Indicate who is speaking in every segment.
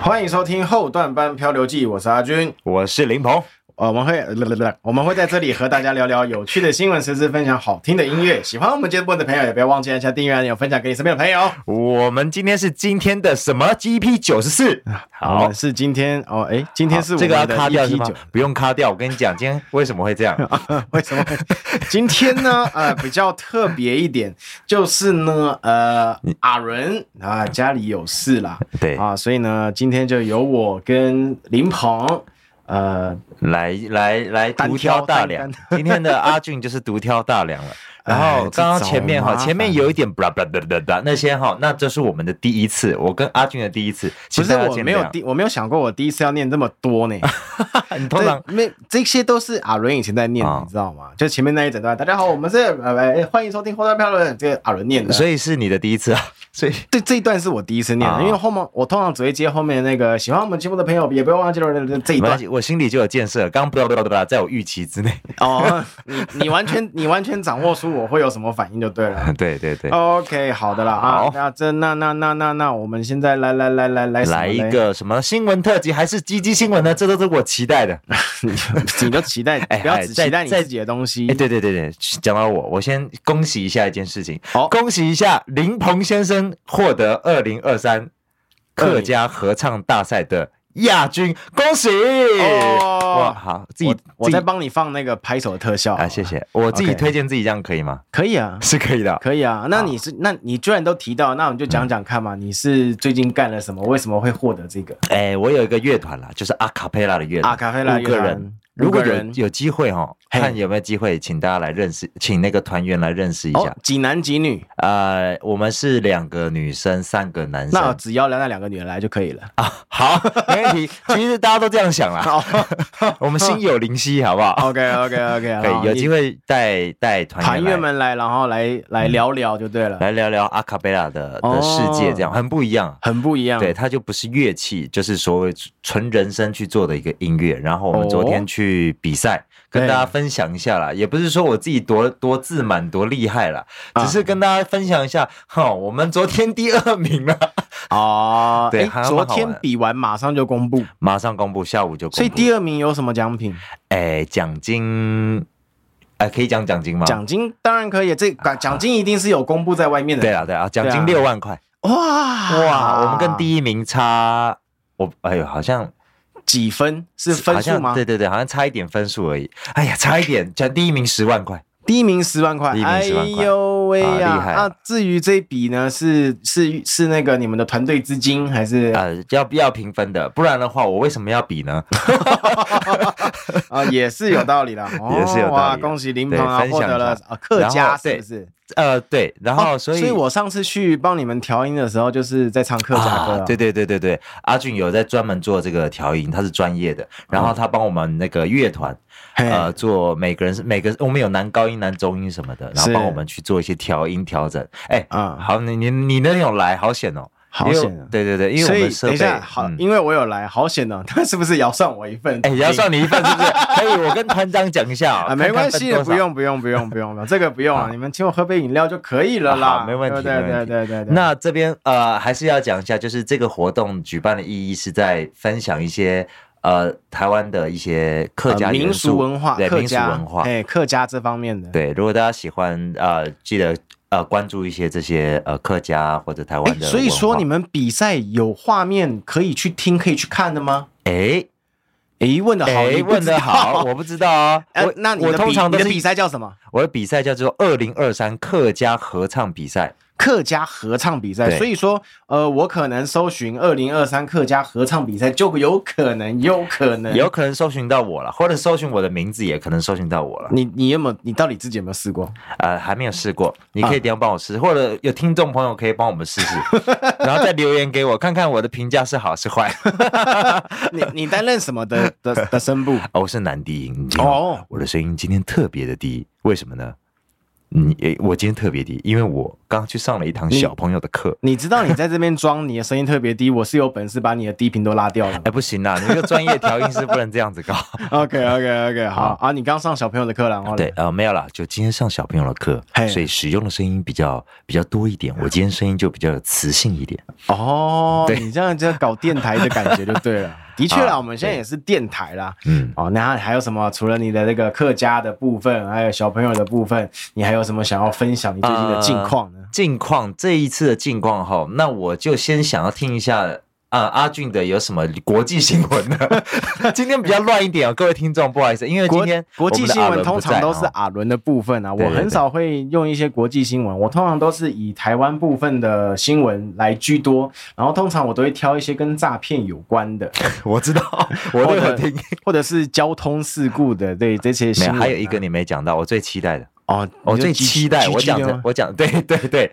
Speaker 1: 欢迎收听后段班漂流记，我是阿军。
Speaker 2: 我是林鹏，
Speaker 1: 呃，我们会，我们会在这里和大家聊聊有趣的新闻时事，分享好听的音乐。喜欢我们节目的朋友，也不要忘记按下订阅按钮，分享给你身边的朋友。
Speaker 2: 我们今天是今天的什么 GP 九十四？
Speaker 1: 我
Speaker 2: 好
Speaker 1: 们，是啊今天哦，哎，今天是我
Speaker 2: 这
Speaker 1: 们
Speaker 2: 个
Speaker 1: 的
Speaker 2: 要卡掉是
Speaker 1: EP
Speaker 2: 吗
Speaker 1: 九，？
Speaker 2: 不用卡掉，我跟你讲，今天为什么会 这样？
Speaker 1: 为什么会？啊今天呢，呃，比较特别一点，就是呢，呃，阿伦啊，家里有事啦，
Speaker 2: 对
Speaker 1: 啊，所以呢，今天就由我跟林鹏，呃，
Speaker 2: 来来来，
Speaker 1: 单
Speaker 2: 独
Speaker 1: 挑
Speaker 2: 挑大
Speaker 1: 单
Speaker 2: 梁
Speaker 1: 单。
Speaker 2: 今天的阿俊就是独挑大梁 了。然
Speaker 1: 哎
Speaker 2: 后
Speaker 1: 这
Speaker 2: 刚刚前面哈，
Speaker 1: 找麻烦
Speaker 2: 前面有一点 blah blah blah blah blah 那些哈，那这是我们的第一次，我跟阿俊的第一次。
Speaker 1: 不
Speaker 2: 请
Speaker 1: 是
Speaker 2: 大家
Speaker 1: 我
Speaker 2: 见啊
Speaker 1: 没有
Speaker 2: 谅
Speaker 1: 第，我没有想过我第一次要念这么多呢。
Speaker 2: 你通常
Speaker 1: 对没这些都是阿伦以前在念的，
Speaker 2: 啊
Speaker 1: 你知道吗？就前面那一整段，大家好，我们是呃呃欢迎收听《后段漂论》，这个阿伦念的。
Speaker 2: 所
Speaker 1: 以
Speaker 2: 以是你的第一次啊，所以
Speaker 1: 对这一段是我第一次念的，
Speaker 2: 啊
Speaker 1: 因为后面我通常只会接后面那个喜欢我们节目的朋友，也不要忘记了这一
Speaker 2: 没关
Speaker 1: 段
Speaker 2: 系，我心里就有建设。刚 blah blah blah blah 在我预期之内。
Speaker 1: 哦。你你完全你完全掌握出我会有什么反应就 对了。
Speaker 2: 对对 对，
Speaker 1: OK，好的啦啊
Speaker 2: 好，
Speaker 1: 那这那那那那那我们现在来来来来来什么
Speaker 2: 哎来
Speaker 1: 嘞
Speaker 2: 一，个什么新闻特辑，还是鸡鸡新闻呢？这都是我期待的。
Speaker 1: 你就期待，
Speaker 2: 哎
Speaker 1: 不要
Speaker 2: 哎
Speaker 1: 只
Speaker 2: 在
Speaker 1: 期待你
Speaker 2: 在
Speaker 1: 自己的东西
Speaker 2: 哎，。对对对对，讲到我，我先恭喜一下一件事情，
Speaker 1: 好
Speaker 2: 恭喜一下林鹏先生获得二零二三客家合唱大赛的亚军，恭喜！
Speaker 1: 哦
Speaker 2: 哇，好，自己
Speaker 1: 我我
Speaker 2: 自己
Speaker 1: 在帮你放那个拍手的特效
Speaker 2: 啊，谢，谢，我自己
Speaker 1: OK
Speaker 2: 推荐自己这样可 以吗？
Speaker 1: 可以啊，
Speaker 2: 是可以的，
Speaker 1: 可以啊，那你是那你居然都提到，那我们就讲讲看嘛，
Speaker 2: 嗯
Speaker 1: 你是最近干了什么？为什么会获得这个
Speaker 2: 哎，我有一个乐团啦，就是阿卡贝拉的乐团，
Speaker 1: 阿卡贝拉
Speaker 2: 五
Speaker 1: 乐
Speaker 2: 个
Speaker 1: 团
Speaker 2: 人。如果
Speaker 1: 五个
Speaker 2: 有
Speaker 1: 人
Speaker 2: 有机会哦，
Speaker 1: 嘿
Speaker 2: 看有没有机会，请大家来认识，请那个团员来认识一
Speaker 1: 哦
Speaker 2: 下。，
Speaker 1: 几男几女？
Speaker 2: 呃，我们是两个女生，三个男
Speaker 1: 那
Speaker 2: 生。
Speaker 1: 只要那两个女人来就可以了。
Speaker 2: 啊，好，没 问题。其实大家都这样想啦， 我们心有灵犀，好不好？
Speaker 1: OK OK OK，
Speaker 2: 可以，有机
Speaker 1: 会
Speaker 2: 会带带团
Speaker 1: 团
Speaker 2: 员
Speaker 1: 员
Speaker 2: 来
Speaker 1: 们来，然后来来聊聊就对了，
Speaker 2: 嗯来聊聊阿卡贝拉的
Speaker 1: 哦
Speaker 2: 的世界，这样很不一样。
Speaker 1: 很不一样。
Speaker 2: 对，它就不是乐器，就是所谓纯人声去做的一个音乐。然后我们昨天去比赛，跟大家分享一下啦，也不是说我自己多多自满多厉害啦，
Speaker 1: 啊
Speaker 2: 只是跟大家分享一下。哈，我们昨天第二 名了，
Speaker 1: 哦，
Speaker 2: 对
Speaker 1: 诶
Speaker 2: 还蛮好
Speaker 1: 昨
Speaker 2: 玩
Speaker 1: 天比完马上就公布，
Speaker 2: 马上公布，下午就公布。
Speaker 1: 所以第二名有什么奖品？
Speaker 2: 哎，奖金，哎，可以讲奖金吗？
Speaker 1: 奖金当然可以，这
Speaker 2: 啊
Speaker 1: 奖奖金一定是有公布在外面的。
Speaker 2: 对啊，对啊，奖
Speaker 1: 对啊
Speaker 2: 金六万块，
Speaker 1: 哇
Speaker 2: 哇，我们跟第一名差，我哎呦，好像
Speaker 1: 几分是分
Speaker 2: 好
Speaker 1: 数
Speaker 2: 像
Speaker 1: 吗？
Speaker 2: 对对对，好像差一点分数而已。哎呀，差一点，讲第一名十万块，
Speaker 1: 第一名十万块，
Speaker 2: 第一
Speaker 1: 哎
Speaker 2: 名10万块
Speaker 1: 呦喂呀！
Speaker 2: 啊厉害
Speaker 1: 啊，至于这一笔呢，是是是那个你们的团队资金还是 啊、
Speaker 2: 呃，要不要平分的？不然的话，我为什么要比呢？
Speaker 1: 啊也是有道理的，哦、
Speaker 2: 也是有道理
Speaker 1: 哇，恭喜林鹏啊，
Speaker 2: 对分
Speaker 1: 获
Speaker 2: 享一下
Speaker 1: 得了啊客
Speaker 2: 然
Speaker 1: 家
Speaker 2: 后
Speaker 1: 是不是？
Speaker 2: 呃，对，然后
Speaker 1: 哦
Speaker 2: 所以、
Speaker 1: 所以我上次去帮你们调音的时候，就是在唱客家歌、
Speaker 2: 啊，对对对对对，阿俊有在专门做这个调音，他是专业的，然后他帮我们那个乐团，
Speaker 1: 嘿
Speaker 2: 呃，做每个人是每个我们有男高音、男中音什么的，然
Speaker 1: 是
Speaker 2: 后帮我们去做一些调音调整。哎，
Speaker 1: 嗯
Speaker 2: 好，你你你那天有来，好险哦，
Speaker 1: 好
Speaker 2: 因
Speaker 1: 险
Speaker 2: 为
Speaker 1: 啊！
Speaker 2: 对对对，因为
Speaker 1: 所
Speaker 2: 我
Speaker 1: 以
Speaker 2: 们设
Speaker 1: 等
Speaker 2: 备
Speaker 1: 一下，好，
Speaker 2: 嗯
Speaker 1: 因为我有来，好险哦！他是不是也要算我一份？
Speaker 2: 哎，也要算你一份是 不是？可以，我跟团长讲一下哦
Speaker 1: 啊，没关系的，不。
Speaker 2: 看看分多少
Speaker 1: 用不用不用不用了，这个不用 了，你们请我喝杯饮料就可以了啦，
Speaker 2: 好没问题
Speaker 1: 对
Speaker 2: 没
Speaker 1: 对对
Speaker 2: 问题
Speaker 1: 对对对。
Speaker 2: 那这边呃，还是要讲一下，就是这个活动举办的意义是在分享一些呃台湾的一些客家
Speaker 1: 呃
Speaker 2: 元
Speaker 1: 民
Speaker 2: 素
Speaker 1: 俗文化，
Speaker 2: 对
Speaker 1: 客
Speaker 2: 民俗
Speaker 1: 家
Speaker 2: 文化，
Speaker 1: 哎，客家这方面的。
Speaker 2: 对，如果大家喜欢，呃，记得呃关注一些这些呃客家或者台湾的文化。
Speaker 1: 哎所以说你们比赛有画面可以去听，可以去看的吗？
Speaker 2: 哎
Speaker 1: 诶，问的好，
Speaker 2: 哎
Speaker 1: 你不
Speaker 2: 问
Speaker 1: 知道
Speaker 2: 的好，。我不知道啊。
Speaker 1: 哎
Speaker 2: 我，
Speaker 1: 那你
Speaker 2: 我
Speaker 1: 的
Speaker 2: 通
Speaker 1: 比
Speaker 2: 常
Speaker 1: 你
Speaker 2: 都
Speaker 1: 的
Speaker 2: 是
Speaker 1: 比赛叫什么？
Speaker 2: 我的比赛叫做二零二三客家合唱比赛。
Speaker 1: 客家合唱比赛。
Speaker 2: 对
Speaker 1: 所以说，呃，我可能搜寻二零二三客家合唱比赛，就有可能，有可能。
Speaker 2: 有可能搜寻到我了，或者搜寻我的名字，也可能搜寻到我了。
Speaker 1: 你你有没有？你到底自己有没有试过？
Speaker 2: 呃，还没有试过，你
Speaker 1: 啊
Speaker 2: 可以等一下帮我试，或者有听众朋友可以帮我们试 试，然后再留言给我，看看我的评价是好是坏。
Speaker 1: 你你担任什么的的的声部？
Speaker 2: 哦，我是男低音，你听
Speaker 1: 哦
Speaker 2: 我的声音今天特别的低，为什么呢？你诶我今天特别低，因为我刚去上了一
Speaker 1: 嗯
Speaker 2: 堂小朋友的课。
Speaker 1: 你知道你在这边装你的声音特别低，我是有本事把你的低频都拉掉的
Speaker 2: 哎、。不行啦，你一个专业调音师不能这样 子搞。
Speaker 1: OK OK OK，好啊，你刚上小朋友的课了，哦然后
Speaker 2: 对，呃，没有啦，就今天上小朋友的课
Speaker 1: 嘿，
Speaker 2: 所以使用的声音比较比较多一点。我今天声音就比较有磁性一点。
Speaker 1: 哦，
Speaker 2: 对
Speaker 1: 你这样就搞电台的感觉就对 了。的确啦，
Speaker 2: 啊
Speaker 1: 我们现在也是电台啦。
Speaker 2: 嗯，
Speaker 1: 哦，那还有什么？除了你的那个客家的部分，还有小朋友的部分，你还有什么想要分享你最近的近况呢？
Speaker 2: 近况这一次的近况哈，那我就先想要听一下啊、阿俊的有什么国际新闻呢？ 今天比较乱一点哦，各位听众，不好意思，因为今
Speaker 1: 国
Speaker 2: 天
Speaker 1: 国际
Speaker 2: 我们的
Speaker 1: 新
Speaker 2: 阿
Speaker 1: 闻
Speaker 2: 伦不
Speaker 1: 通常
Speaker 2: 在
Speaker 1: 都是
Speaker 2: 哦
Speaker 1: 阿伦的部分啊，
Speaker 2: 对
Speaker 1: 我
Speaker 2: 对
Speaker 1: 很
Speaker 2: 对
Speaker 1: 少会用一些国际新闻，我通常都是以台湾部分的新闻来居多，然后通常我都会挑一些跟诈骗有关的，
Speaker 2: 我知道， 我都有听。
Speaker 1: 或者是交通事故的，对这些
Speaker 2: 没
Speaker 1: 新
Speaker 2: 有，
Speaker 1: 闻啊。
Speaker 2: 还有一个你没讲到，我最期待的，
Speaker 1: 哦，
Speaker 2: 我
Speaker 1: 你就
Speaker 2: 最
Speaker 1: G-
Speaker 2: 期待，
Speaker 1: GG
Speaker 2: 我讲
Speaker 1: 了
Speaker 2: 的
Speaker 1: 吗，
Speaker 2: 我讲，对对对，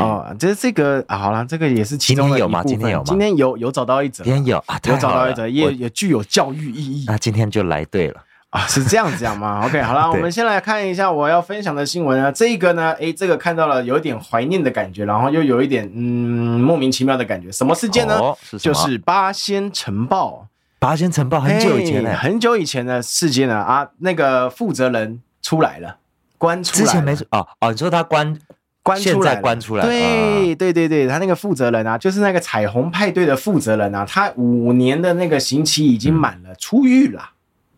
Speaker 1: 哦，这这个、啊、好了，这个也是其中的
Speaker 2: 今天有
Speaker 1: 一
Speaker 2: 吗
Speaker 1: 部分
Speaker 2: 今天有吗
Speaker 1: 今天有有找到一则，
Speaker 2: 今天有啊，
Speaker 1: 有
Speaker 2: 太
Speaker 1: 找
Speaker 2: 好
Speaker 1: 到一
Speaker 2: 了
Speaker 1: 则，，
Speaker 2: 我
Speaker 1: 也也具有教育意义
Speaker 2: 那今天就来对了，
Speaker 1: 啊，是这样子讲 吗？OK，好了，我
Speaker 2: 对
Speaker 1: 们先来看一下我要分享的新闻啊。这一个呢，诶，这个看到了有一点怀念的感觉，然后又有一点嗯莫名其妙的感觉。什么事件呢？
Speaker 2: 哦是什
Speaker 1: 就
Speaker 2: 么
Speaker 1: 是八仙城堡，
Speaker 2: 八仙城堡很久以前
Speaker 1: 嘿
Speaker 2: 呢，
Speaker 1: 哎很久以前的事件呢啊，那个负责人出来了，关出
Speaker 2: 之
Speaker 1: 来了，
Speaker 2: 前没哦哦，你说他关
Speaker 1: 关出来
Speaker 2: 现
Speaker 1: 了
Speaker 2: 在关出来，嗯
Speaker 1: 对对对对，他那个负责人啊，就是那个彩虹派对的负责人啊，他五年的那个刑期已经满
Speaker 2: 嗯
Speaker 1: 了，出狱了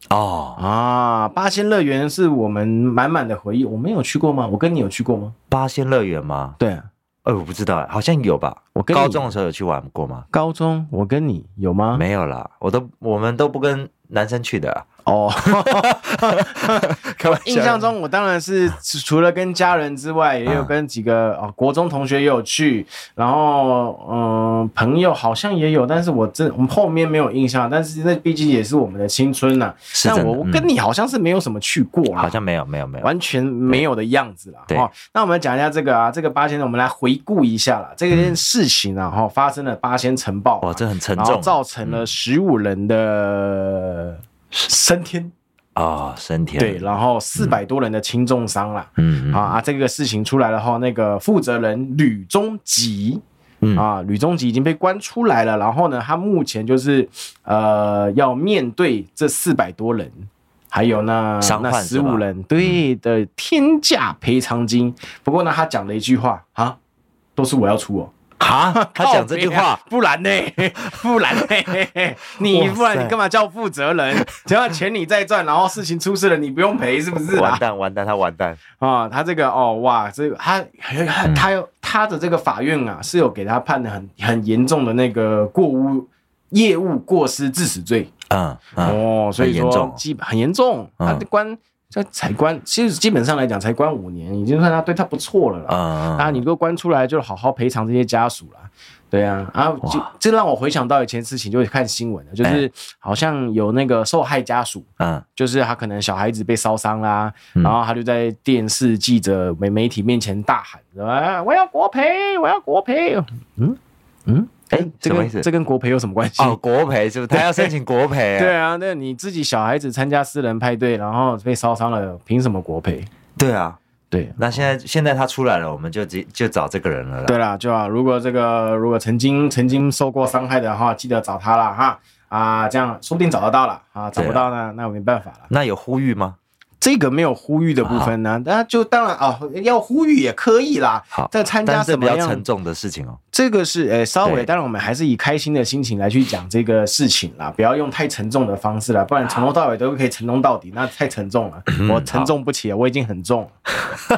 Speaker 2: 啊哦，
Speaker 1: 啊！八仙乐园是我们满满的回忆，我们有去过吗？我跟你有去过吗？
Speaker 2: 八仙乐园吗？
Speaker 1: 对，啊
Speaker 2: 哎，我不知道，好像有吧？
Speaker 1: 我跟你啊
Speaker 2: 高中的时候有去玩过吗？
Speaker 1: 高中我跟你有吗？
Speaker 2: 没有啦，我都我们都不跟男生去的，啊
Speaker 1: 哦，
Speaker 2: 开玩笑
Speaker 1: 印象中我当然是 除除了跟家人之外，也有跟几个哦国中同学也有去，然后嗯朋友好像也有，但是我真我们后面没有印象，但是那毕竟也是我们的青春呐、
Speaker 2: 是
Speaker 1: 但
Speaker 2: 真的
Speaker 1: 我我
Speaker 2: 嗯
Speaker 1: 跟你好像是没有什么去过啦，
Speaker 2: 好像没有没有没有，
Speaker 1: 完全没有的样子啦。
Speaker 2: 哎对
Speaker 1: 哦，那我们讲一下这个啊，这个八仙，我们来回顾一下啦，这件事情啊，哈、发生了八仙城堡啊、
Speaker 2: 嗯哇，这很沉
Speaker 1: 然后
Speaker 2: 重嗯
Speaker 1: 造成了十五人的升天，
Speaker 2: 啊，升天
Speaker 1: 对，，然后四百多人的轻重伤啦。
Speaker 2: 嗯嗯
Speaker 1: 啊啊！这个事情出来了后，那个负责人吕中吉，
Speaker 2: 嗯
Speaker 1: 啊，吕中吉已经被关出来了。然后呢，他目前就是呃要面对这四百多人，还有那
Speaker 2: 伤
Speaker 1: 那
Speaker 2: 患
Speaker 1: 十
Speaker 2: 是吧嗯
Speaker 1: 五人对的天价赔偿金。不过呢，他讲了一句话啊，都是我要出哦。
Speaker 2: 哈， 他讲这句
Speaker 1: 靠北啊
Speaker 2: 话，，
Speaker 1: 不 然呢？不然呢？你
Speaker 2: 哇塞
Speaker 1: 不然你干嘛叫负责人？只要钱你在赚，然后事情出事了，你不用赔，是不是啊
Speaker 2: 完？蛋完蛋，他完蛋，
Speaker 1: 啊、他这个哦哇，这个他他
Speaker 2: 嗯
Speaker 1: 他有他的这个法院啊是有给他判的很很严重的那个过污业务过失致死罪、
Speaker 2: 嗯嗯，
Speaker 1: 哦，所以
Speaker 2: 很严重
Speaker 1: 说
Speaker 2: 哦
Speaker 1: 基本很严重，
Speaker 2: 嗯
Speaker 1: 他的关这才关，其实基本上来讲才关五年，已经算他对他不错了啦。
Speaker 2: 嗯，
Speaker 1: 啊，你如果关出来，就好好赔偿这些家属啦。对啊，啊，就
Speaker 2: 哇哎
Speaker 1: 这让我回想到以前事情，就会看新闻的，就是好像有那个受害家属，
Speaker 2: 嗯
Speaker 1: 就是他可能小孩子被烧伤啦，
Speaker 2: 嗯
Speaker 1: 然后他就在电视记者、媒媒体面前大喊：“啊，我要国赔，我要国赔！”嗯嗯，
Speaker 2: 哎
Speaker 1: 这
Speaker 2: 什么
Speaker 1: 跟
Speaker 2: 意思
Speaker 1: 这跟国赔有什么关系？
Speaker 2: 哦，国赔是不是？他要申请国赔，
Speaker 1: 对啊，那你自己小孩子参加私人派对，然后被烧伤了，凭什么国赔？
Speaker 2: 对啊，
Speaker 1: 对
Speaker 2: 那现在现在他出来了，我们就直就找这个人了啦。
Speaker 1: 对啦，就啊，如果这个如果曾经曾经受过伤害的话，记得找他啦哈啊，这样说不定找得到了啊，找不到呢，那我没办法了。
Speaker 2: 那有呼吁吗？
Speaker 1: 这个没有呼吁的部分呢，那就当然啊、要呼吁也可以啦。
Speaker 2: 好
Speaker 1: 再参加
Speaker 2: 但是
Speaker 1: 什
Speaker 2: 比
Speaker 1: 么
Speaker 2: 较
Speaker 1: 样
Speaker 2: 沉重的事情哦。
Speaker 1: 这个是呃，稍微，
Speaker 2: 对
Speaker 1: 当然我们还是以开心的心情来去讲这个事情啦，不要用太沉重的方式啦，不然从头到尾都可以沉重到底，那太沉重了，
Speaker 2: 嗯
Speaker 1: 我沉重不起了，我已经很 重了。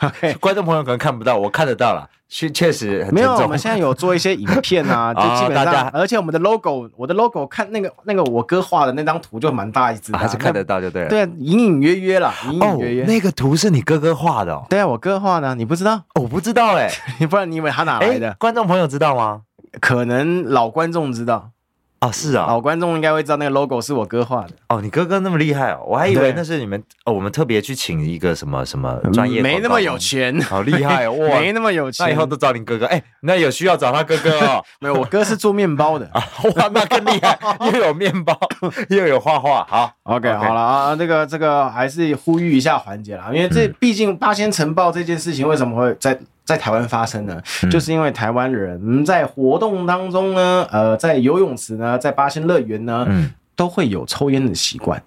Speaker 1: OK，
Speaker 2: 观众朋友可能看不到，我看得到了，确确实很
Speaker 1: 没
Speaker 2: 沉
Speaker 1: 有，
Speaker 2: 重。哦
Speaker 1: 我们现在有做一些影片 啊，就基本
Speaker 2: 大
Speaker 1: 上
Speaker 2: 家，
Speaker 1: 而且我们的 logo，我的 logo 看那个那个我哥画的那张图就蛮大一只的
Speaker 2: 啊
Speaker 1: 啊，
Speaker 2: 还是看得到就对
Speaker 1: 那
Speaker 2: 了。
Speaker 1: 对啊，隐隐约约啦，隐
Speaker 2: 哦
Speaker 1: 隐约，约。
Speaker 2: 那个图是你哥哥画的哦，
Speaker 1: 对啊，我哥画的，你不知道？
Speaker 2: 哦我不知道哎。
Speaker 1: 你不然你以为他哪来
Speaker 2: 哎
Speaker 1: 的？，
Speaker 2: 观众朋友知道吗？
Speaker 1: 可能老观众知道，
Speaker 2: 啊，是啊，
Speaker 1: 老观众应该会知道那个 logo 是我哥画的，
Speaker 2: 哦，你哥哥那么厉害哦，我还以为
Speaker 1: 对嗯
Speaker 2: 那是你们哦，我们特别去请一个什么什么专业，
Speaker 1: 没那么有，钱，
Speaker 2: 好厉 害哦，哇，
Speaker 1: 没那么有
Speaker 2: 那以
Speaker 1: 钱
Speaker 2: 后。都找你哥哥，哎，那有需要找他哥哥哦，
Speaker 1: 没有，我哥是做面包的。
Speaker 2: 哇，那更厉害，又有面包，又有画画，好
Speaker 1: OK，好了啊，这个这个还是呼吁一下环节啦，因为这毕竟八仙城爆这件事情为什么会在在台湾发生呢？就是因为台湾人在活动当中呢，呃，在游泳池呢，在八仙乐园呢，
Speaker 2: 嗯
Speaker 1: 都会有抽烟的习惯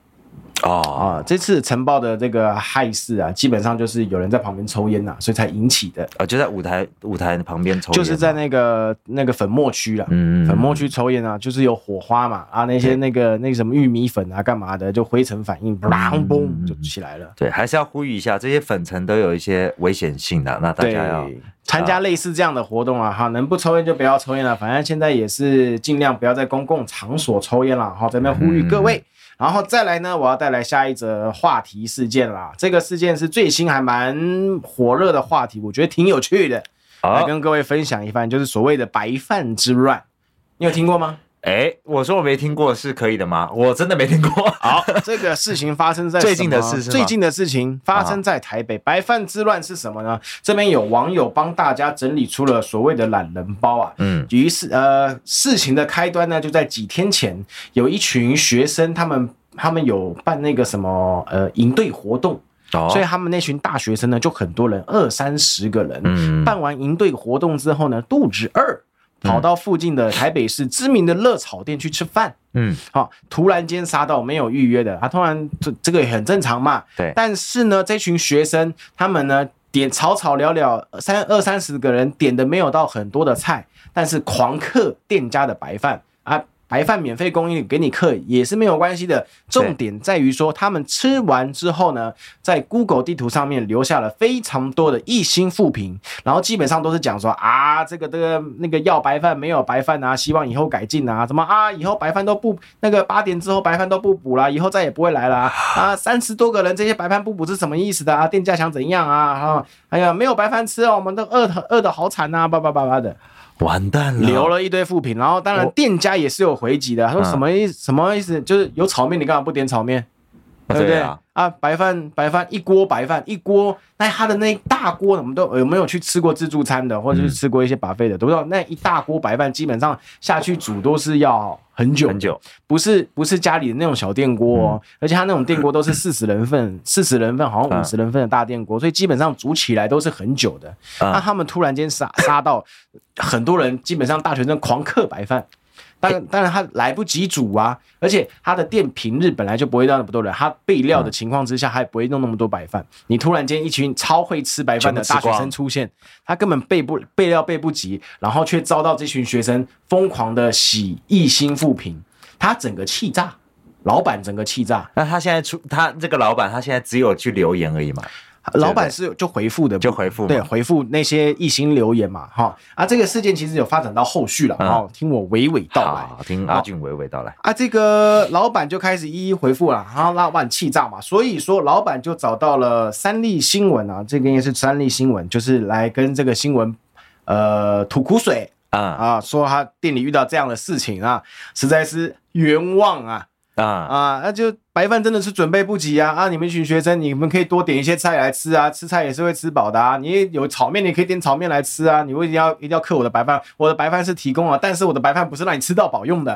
Speaker 2: 哦，
Speaker 1: 啊。这次晨爆的这个害事啊，基本上就是有人在旁边抽烟呐、所以才引起的，
Speaker 2: 哦，就在舞台舞台旁边抽烟嘛，啊
Speaker 1: 就是在那个那个粉末区啦。
Speaker 2: 嗯
Speaker 1: 粉末区抽烟啊，就是有火花嘛，啊那些那个那个什么玉米粉啊干嘛的，就灰尘反应，砰
Speaker 2: 嗯
Speaker 1: 嘣就起来了。
Speaker 2: 对，还是要呼吁一下，这些粉尘都有一些危险性的，那大
Speaker 1: 对
Speaker 2: 家要，
Speaker 1: 参加类似这样的活动啊，哈，能不抽烟就不要抽烟了。反正现在也是尽量不要在公共场所抽烟了，哈，在那边呼吁各
Speaker 2: 嗯
Speaker 1: 位。然后再来呢，我要带来下一则话题事件啦。这个事件是最新还蛮火热的话题，我觉得挺有趣的，来
Speaker 2: 好，
Speaker 1: 跟各位分享一番，就是所谓的白饭之乱，你有听过吗？
Speaker 2: 哎，我说我没听过是可以的吗？我真的没听过，好，
Speaker 1: 这个事情发生在
Speaker 2: 最近的
Speaker 1: 什么
Speaker 2: 事是吗
Speaker 1: 最近的事情发生在台北。白饭之乱是什么呢？这边有网友帮大家整理出了所谓的懒人包啊。
Speaker 2: 嗯
Speaker 1: 于是，呃，事情的开端呢，就在几天前，有一群学生，他们他们有办那个什么呃营队活动，
Speaker 2: 哦
Speaker 1: 所以他们那群大学生呢，就很多人，二三十个人，
Speaker 2: 嗯
Speaker 1: 办完营队活动之后呢，肚子饿，跑到附近的台北市知名的热炒店去吃饭。
Speaker 2: 嗯
Speaker 1: 好、突然间杀到没有预约的，啊，突然这这个也很正常嘛。
Speaker 2: 对
Speaker 1: 但是呢，这群学生他们呢点草草了了三二三十个人点的没有到很多的菜，但是狂客店家的白饭啊。白饭免费供应，给你客也是没有关系的。重点在于说，他们吃完之后呢，在 Google 地图上面留下了非常多的一星负评，然后基本上都是讲说啊，这个这个那个要白饭没有白饭啊，希望以后改进啊，什么啊，以后白饭都不那个八点之后白饭都不补啦，以后再也不会来啦啊，三十多个人这些白饭不补是什么意思的啊？店家想怎样啊？啊，哎呀，没有白饭吃哦，我们都饿得饿的好惨呐、啊叭叭叭叭的，
Speaker 2: 完蛋了，
Speaker 1: 留了一堆负评，然后当然
Speaker 2: 我
Speaker 1: 店家也是有回击的，他说
Speaker 2: 嗯
Speaker 1: 什么意什么意思？就是有炒面你干嘛不点炒面？
Speaker 2: 啊，
Speaker 1: 对不
Speaker 2: 对
Speaker 1: 对？
Speaker 2: 啊，
Speaker 1: 白饭白饭一锅白饭一锅，那他的那一大锅，我们都有没有去吃过自助餐的，或
Speaker 2: 嗯
Speaker 1: 者是吃过一些把费的，都不知道那一大锅白饭基本上下去煮都是要很久，
Speaker 2: 很久，
Speaker 1: 不是不是家里的那种小电锅哦，而且他那种电锅都是四十人份，四十人份好像
Speaker 2: 嗯
Speaker 1: 五十人份的大电锅，所以基本上煮起来都是很久的。
Speaker 2: 嗯
Speaker 1: 那他们突然间杀杀到很多人，基本上大学生狂嗑白饭。当
Speaker 2: 哎
Speaker 1: 然，当然他来不及煮啊，而且他的店平日本来就不会让那么多人，他备料的情况之下，他也不会弄那么多白饭。你突然间一群超会吃白饭的
Speaker 2: 嗯全
Speaker 1: 大
Speaker 2: 部吃
Speaker 1: 学
Speaker 2: 光
Speaker 1: 生出现，他根本备不备料备不及，然后却遭到这群学生疯狂的洗一心复评，他整个气炸，老板整个气炸，
Speaker 2: 那他现在出他这个老板，他现在只有去留言而已嘛，
Speaker 1: 老板是就回复的，
Speaker 2: 就回复嘛
Speaker 1: 对，回复那些一心留言嘛，哈啊，这个事件其实有发展到后续了，
Speaker 2: 嗯
Speaker 1: 哈、听我娓娓道来。
Speaker 2: 好，听阿俊娓娓道来，
Speaker 1: 啊，这个老板就开始一一回复了，然后老板气炸嘛，所以说老板就找到了三立新闻啊，这个应该是三立新闻，就是来跟这个新闻，呃，吐苦水
Speaker 2: 啊
Speaker 1: 啊，说他店里遇到这样的事情啊，实在是冤枉啊
Speaker 2: 啊，
Speaker 1: 啊，那就白饭真的是准备不及啊啊，你们一群学生，你们可以多点一些菜来吃啊，吃菜也是会吃饱的啊，你有炒面你可以点炒面来吃啊，你为什么要一定要克我的白饭？我的白饭是提供啊，但是我的白饭不是让你吃到饱用的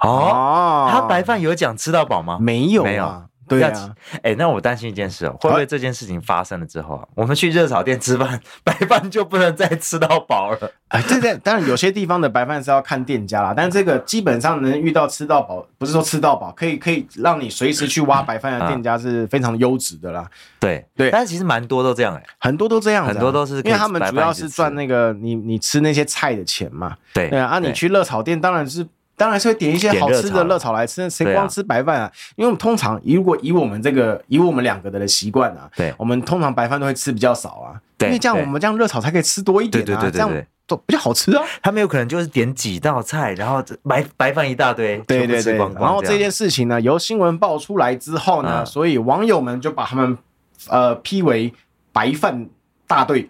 Speaker 2: 哦，
Speaker 1: 哦
Speaker 2: 他白饭有讲吃到饱吗？
Speaker 1: 没有、啊，
Speaker 2: 没有，
Speaker 1: 对
Speaker 2: 要
Speaker 1: 啊，
Speaker 2: 哎，那我担心一件事哦，会不会这件事情发生了之后啊，我们去热炒店吃饭， 白饭就不能再吃到饱了？
Speaker 1: 哎，这在当然有些地方的白饭是要看店家啦，但这个基本上能遇到吃到饱，不是说吃到饱，可以可以让你随时去
Speaker 2: 嗯
Speaker 1: 挖白饭的店家是非常优质的啦，
Speaker 2: 对
Speaker 1: 对
Speaker 2: 但是其实蛮多都这样哎，
Speaker 1: 很多都这样子啊、
Speaker 2: 很多都是可
Speaker 1: 因
Speaker 2: 以
Speaker 1: 为他们
Speaker 2: 白饭
Speaker 1: 主要
Speaker 2: 一直
Speaker 1: 是
Speaker 2: 吃
Speaker 1: 赚那个你你吃那些菜的钱嘛，
Speaker 2: 对
Speaker 1: 对啊，啊你去热炒店当然是。当然是会点一些
Speaker 2: 点
Speaker 1: 好
Speaker 2: 热
Speaker 1: 吃
Speaker 2: 炒
Speaker 1: 的热炒来吃，谁
Speaker 2: 对啊
Speaker 1: 光吃白饭啊？因为我们通常以如果以我们这个以我们两个的习惯啊，
Speaker 2: 对
Speaker 1: 我们通常白饭都会吃比较少啊，
Speaker 2: 对
Speaker 1: 因为这样
Speaker 2: 对
Speaker 1: 我们这样热炒才可以吃多一点
Speaker 2: 对对
Speaker 1: 啊，
Speaker 2: 对对
Speaker 1: 这样
Speaker 2: 对
Speaker 1: 都比较好吃啊。
Speaker 2: 他们有可能就是点几道菜，然后这白白饭一大堆，
Speaker 1: 对
Speaker 2: 全部
Speaker 1: 对
Speaker 2: 吃
Speaker 1: 对，
Speaker 2: 光光
Speaker 1: 然后
Speaker 2: 这
Speaker 1: 这
Speaker 2: 样
Speaker 1: 件事情呢，由新闻爆出来之后呢，
Speaker 2: 嗯
Speaker 1: 所以网友们就把他们呃批为白饭大队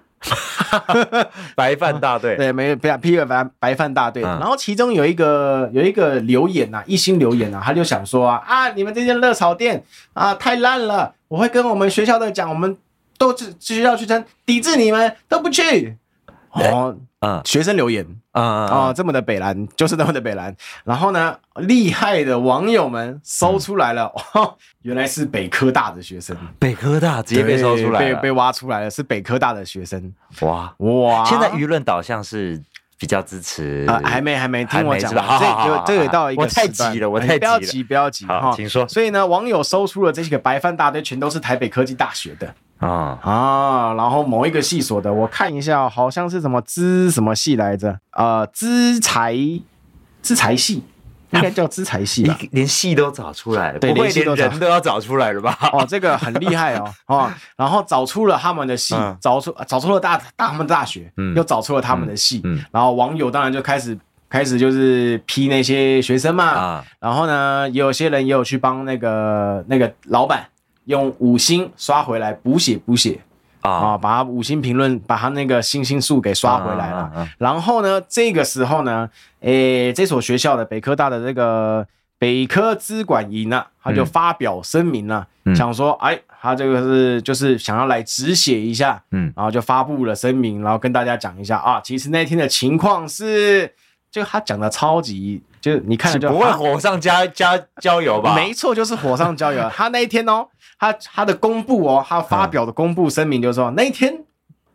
Speaker 2: 白饭大队，
Speaker 1: 对，没有白披个白白饭大队。
Speaker 2: 嗯
Speaker 1: 然后其中有一个有一个留言呐、啊，一心留言呐、啊，他就想说啊啊，你们这间热炒店啊太烂了，我会跟我们学校的讲，我们都是学校学生抵制你们，都不去。哦，
Speaker 2: 嗯
Speaker 1: 学生留言
Speaker 2: 嗯
Speaker 1: 啊、哦，
Speaker 2: 啊，
Speaker 1: 这么的北蓝，就是那么的北蓝。然后呢，厉害的网友们搜出来了，哦，原来是北科大的学生，
Speaker 2: 北科大嗯直接被搜出来
Speaker 1: 对被被
Speaker 2: 了，
Speaker 1: 挖出来了，是北科大的学生。
Speaker 2: 哇！
Speaker 1: 哇，
Speaker 2: 现在舆论导向是比较支持
Speaker 1: 啊，还没还没听
Speaker 2: 啊还
Speaker 1: 我
Speaker 2: 没
Speaker 1: 讲
Speaker 2: 是吧
Speaker 1: 完，
Speaker 2: 好好
Speaker 1: 这
Speaker 2: 好
Speaker 1: 有
Speaker 2: 好
Speaker 1: 这有到一个
Speaker 2: 我太
Speaker 1: 时段
Speaker 2: 急了我
Speaker 1: 哎
Speaker 2: 太
Speaker 1: 不要
Speaker 2: 急了
Speaker 1: 急不要急
Speaker 2: 好
Speaker 1: 哈，
Speaker 2: 请说
Speaker 1: 所以呢，网友搜出了这个白饭大队，全都是台北科技大学的
Speaker 2: 啊，
Speaker 1: 啊，然后某一个系所的，我看一下哦，好像是什么资什么系来着？呃，资财资财系，应该叫资财系
Speaker 2: 一
Speaker 1: 吧？
Speaker 2: 个连戏都找出来了，
Speaker 1: 对
Speaker 2: 不会
Speaker 1: 连戏
Speaker 2: 连
Speaker 1: 都找
Speaker 2: 人都要找出来了吧？
Speaker 1: 哦，这个很厉害哦，哦，然后找出了他们的系
Speaker 2: 嗯，
Speaker 1: 找出找出了大大他们的大学，
Speaker 2: 嗯
Speaker 1: 又找出了他们的系
Speaker 2: 嗯嗯，
Speaker 1: 然后网友当然就开始开始就是批那些学生嘛，
Speaker 2: 啊，
Speaker 1: 然后呢，也有些人也有去帮那个那个老板用五星刷回来补血补血
Speaker 2: 啊
Speaker 1: 啊，把他五星评论把他那个星星数给刷回来
Speaker 2: 啊啊
Speaker 1: 了
Speaker 2: 啊。
Speaker 1: 然后呢，这个时候呢，诶，这所学校的北科大的这个北科资管营啊，他就
Speaker 2: 嗯
Speaker 1: 发表声明了、
Speaker 2: 嗯
Speaker 1: 想说，哎，他这个是就是想要来止血一下，
Speaker 2: 嗯
Speaker 1: 然后就发布了声明，然后跟大家讲一下啊，其实那天的情况是，就他讲的超级，就是你看了
Speaker 2: 是
Speaker 1: 就
Speaker 2: 不会
Speaker 1: 啊
Speaker 2: 火上加加浇油吧？
Speaker 1: 没错，就是火上浇油。他那一天哦，他他的公布哦，他发表的公布声明就是说，那一天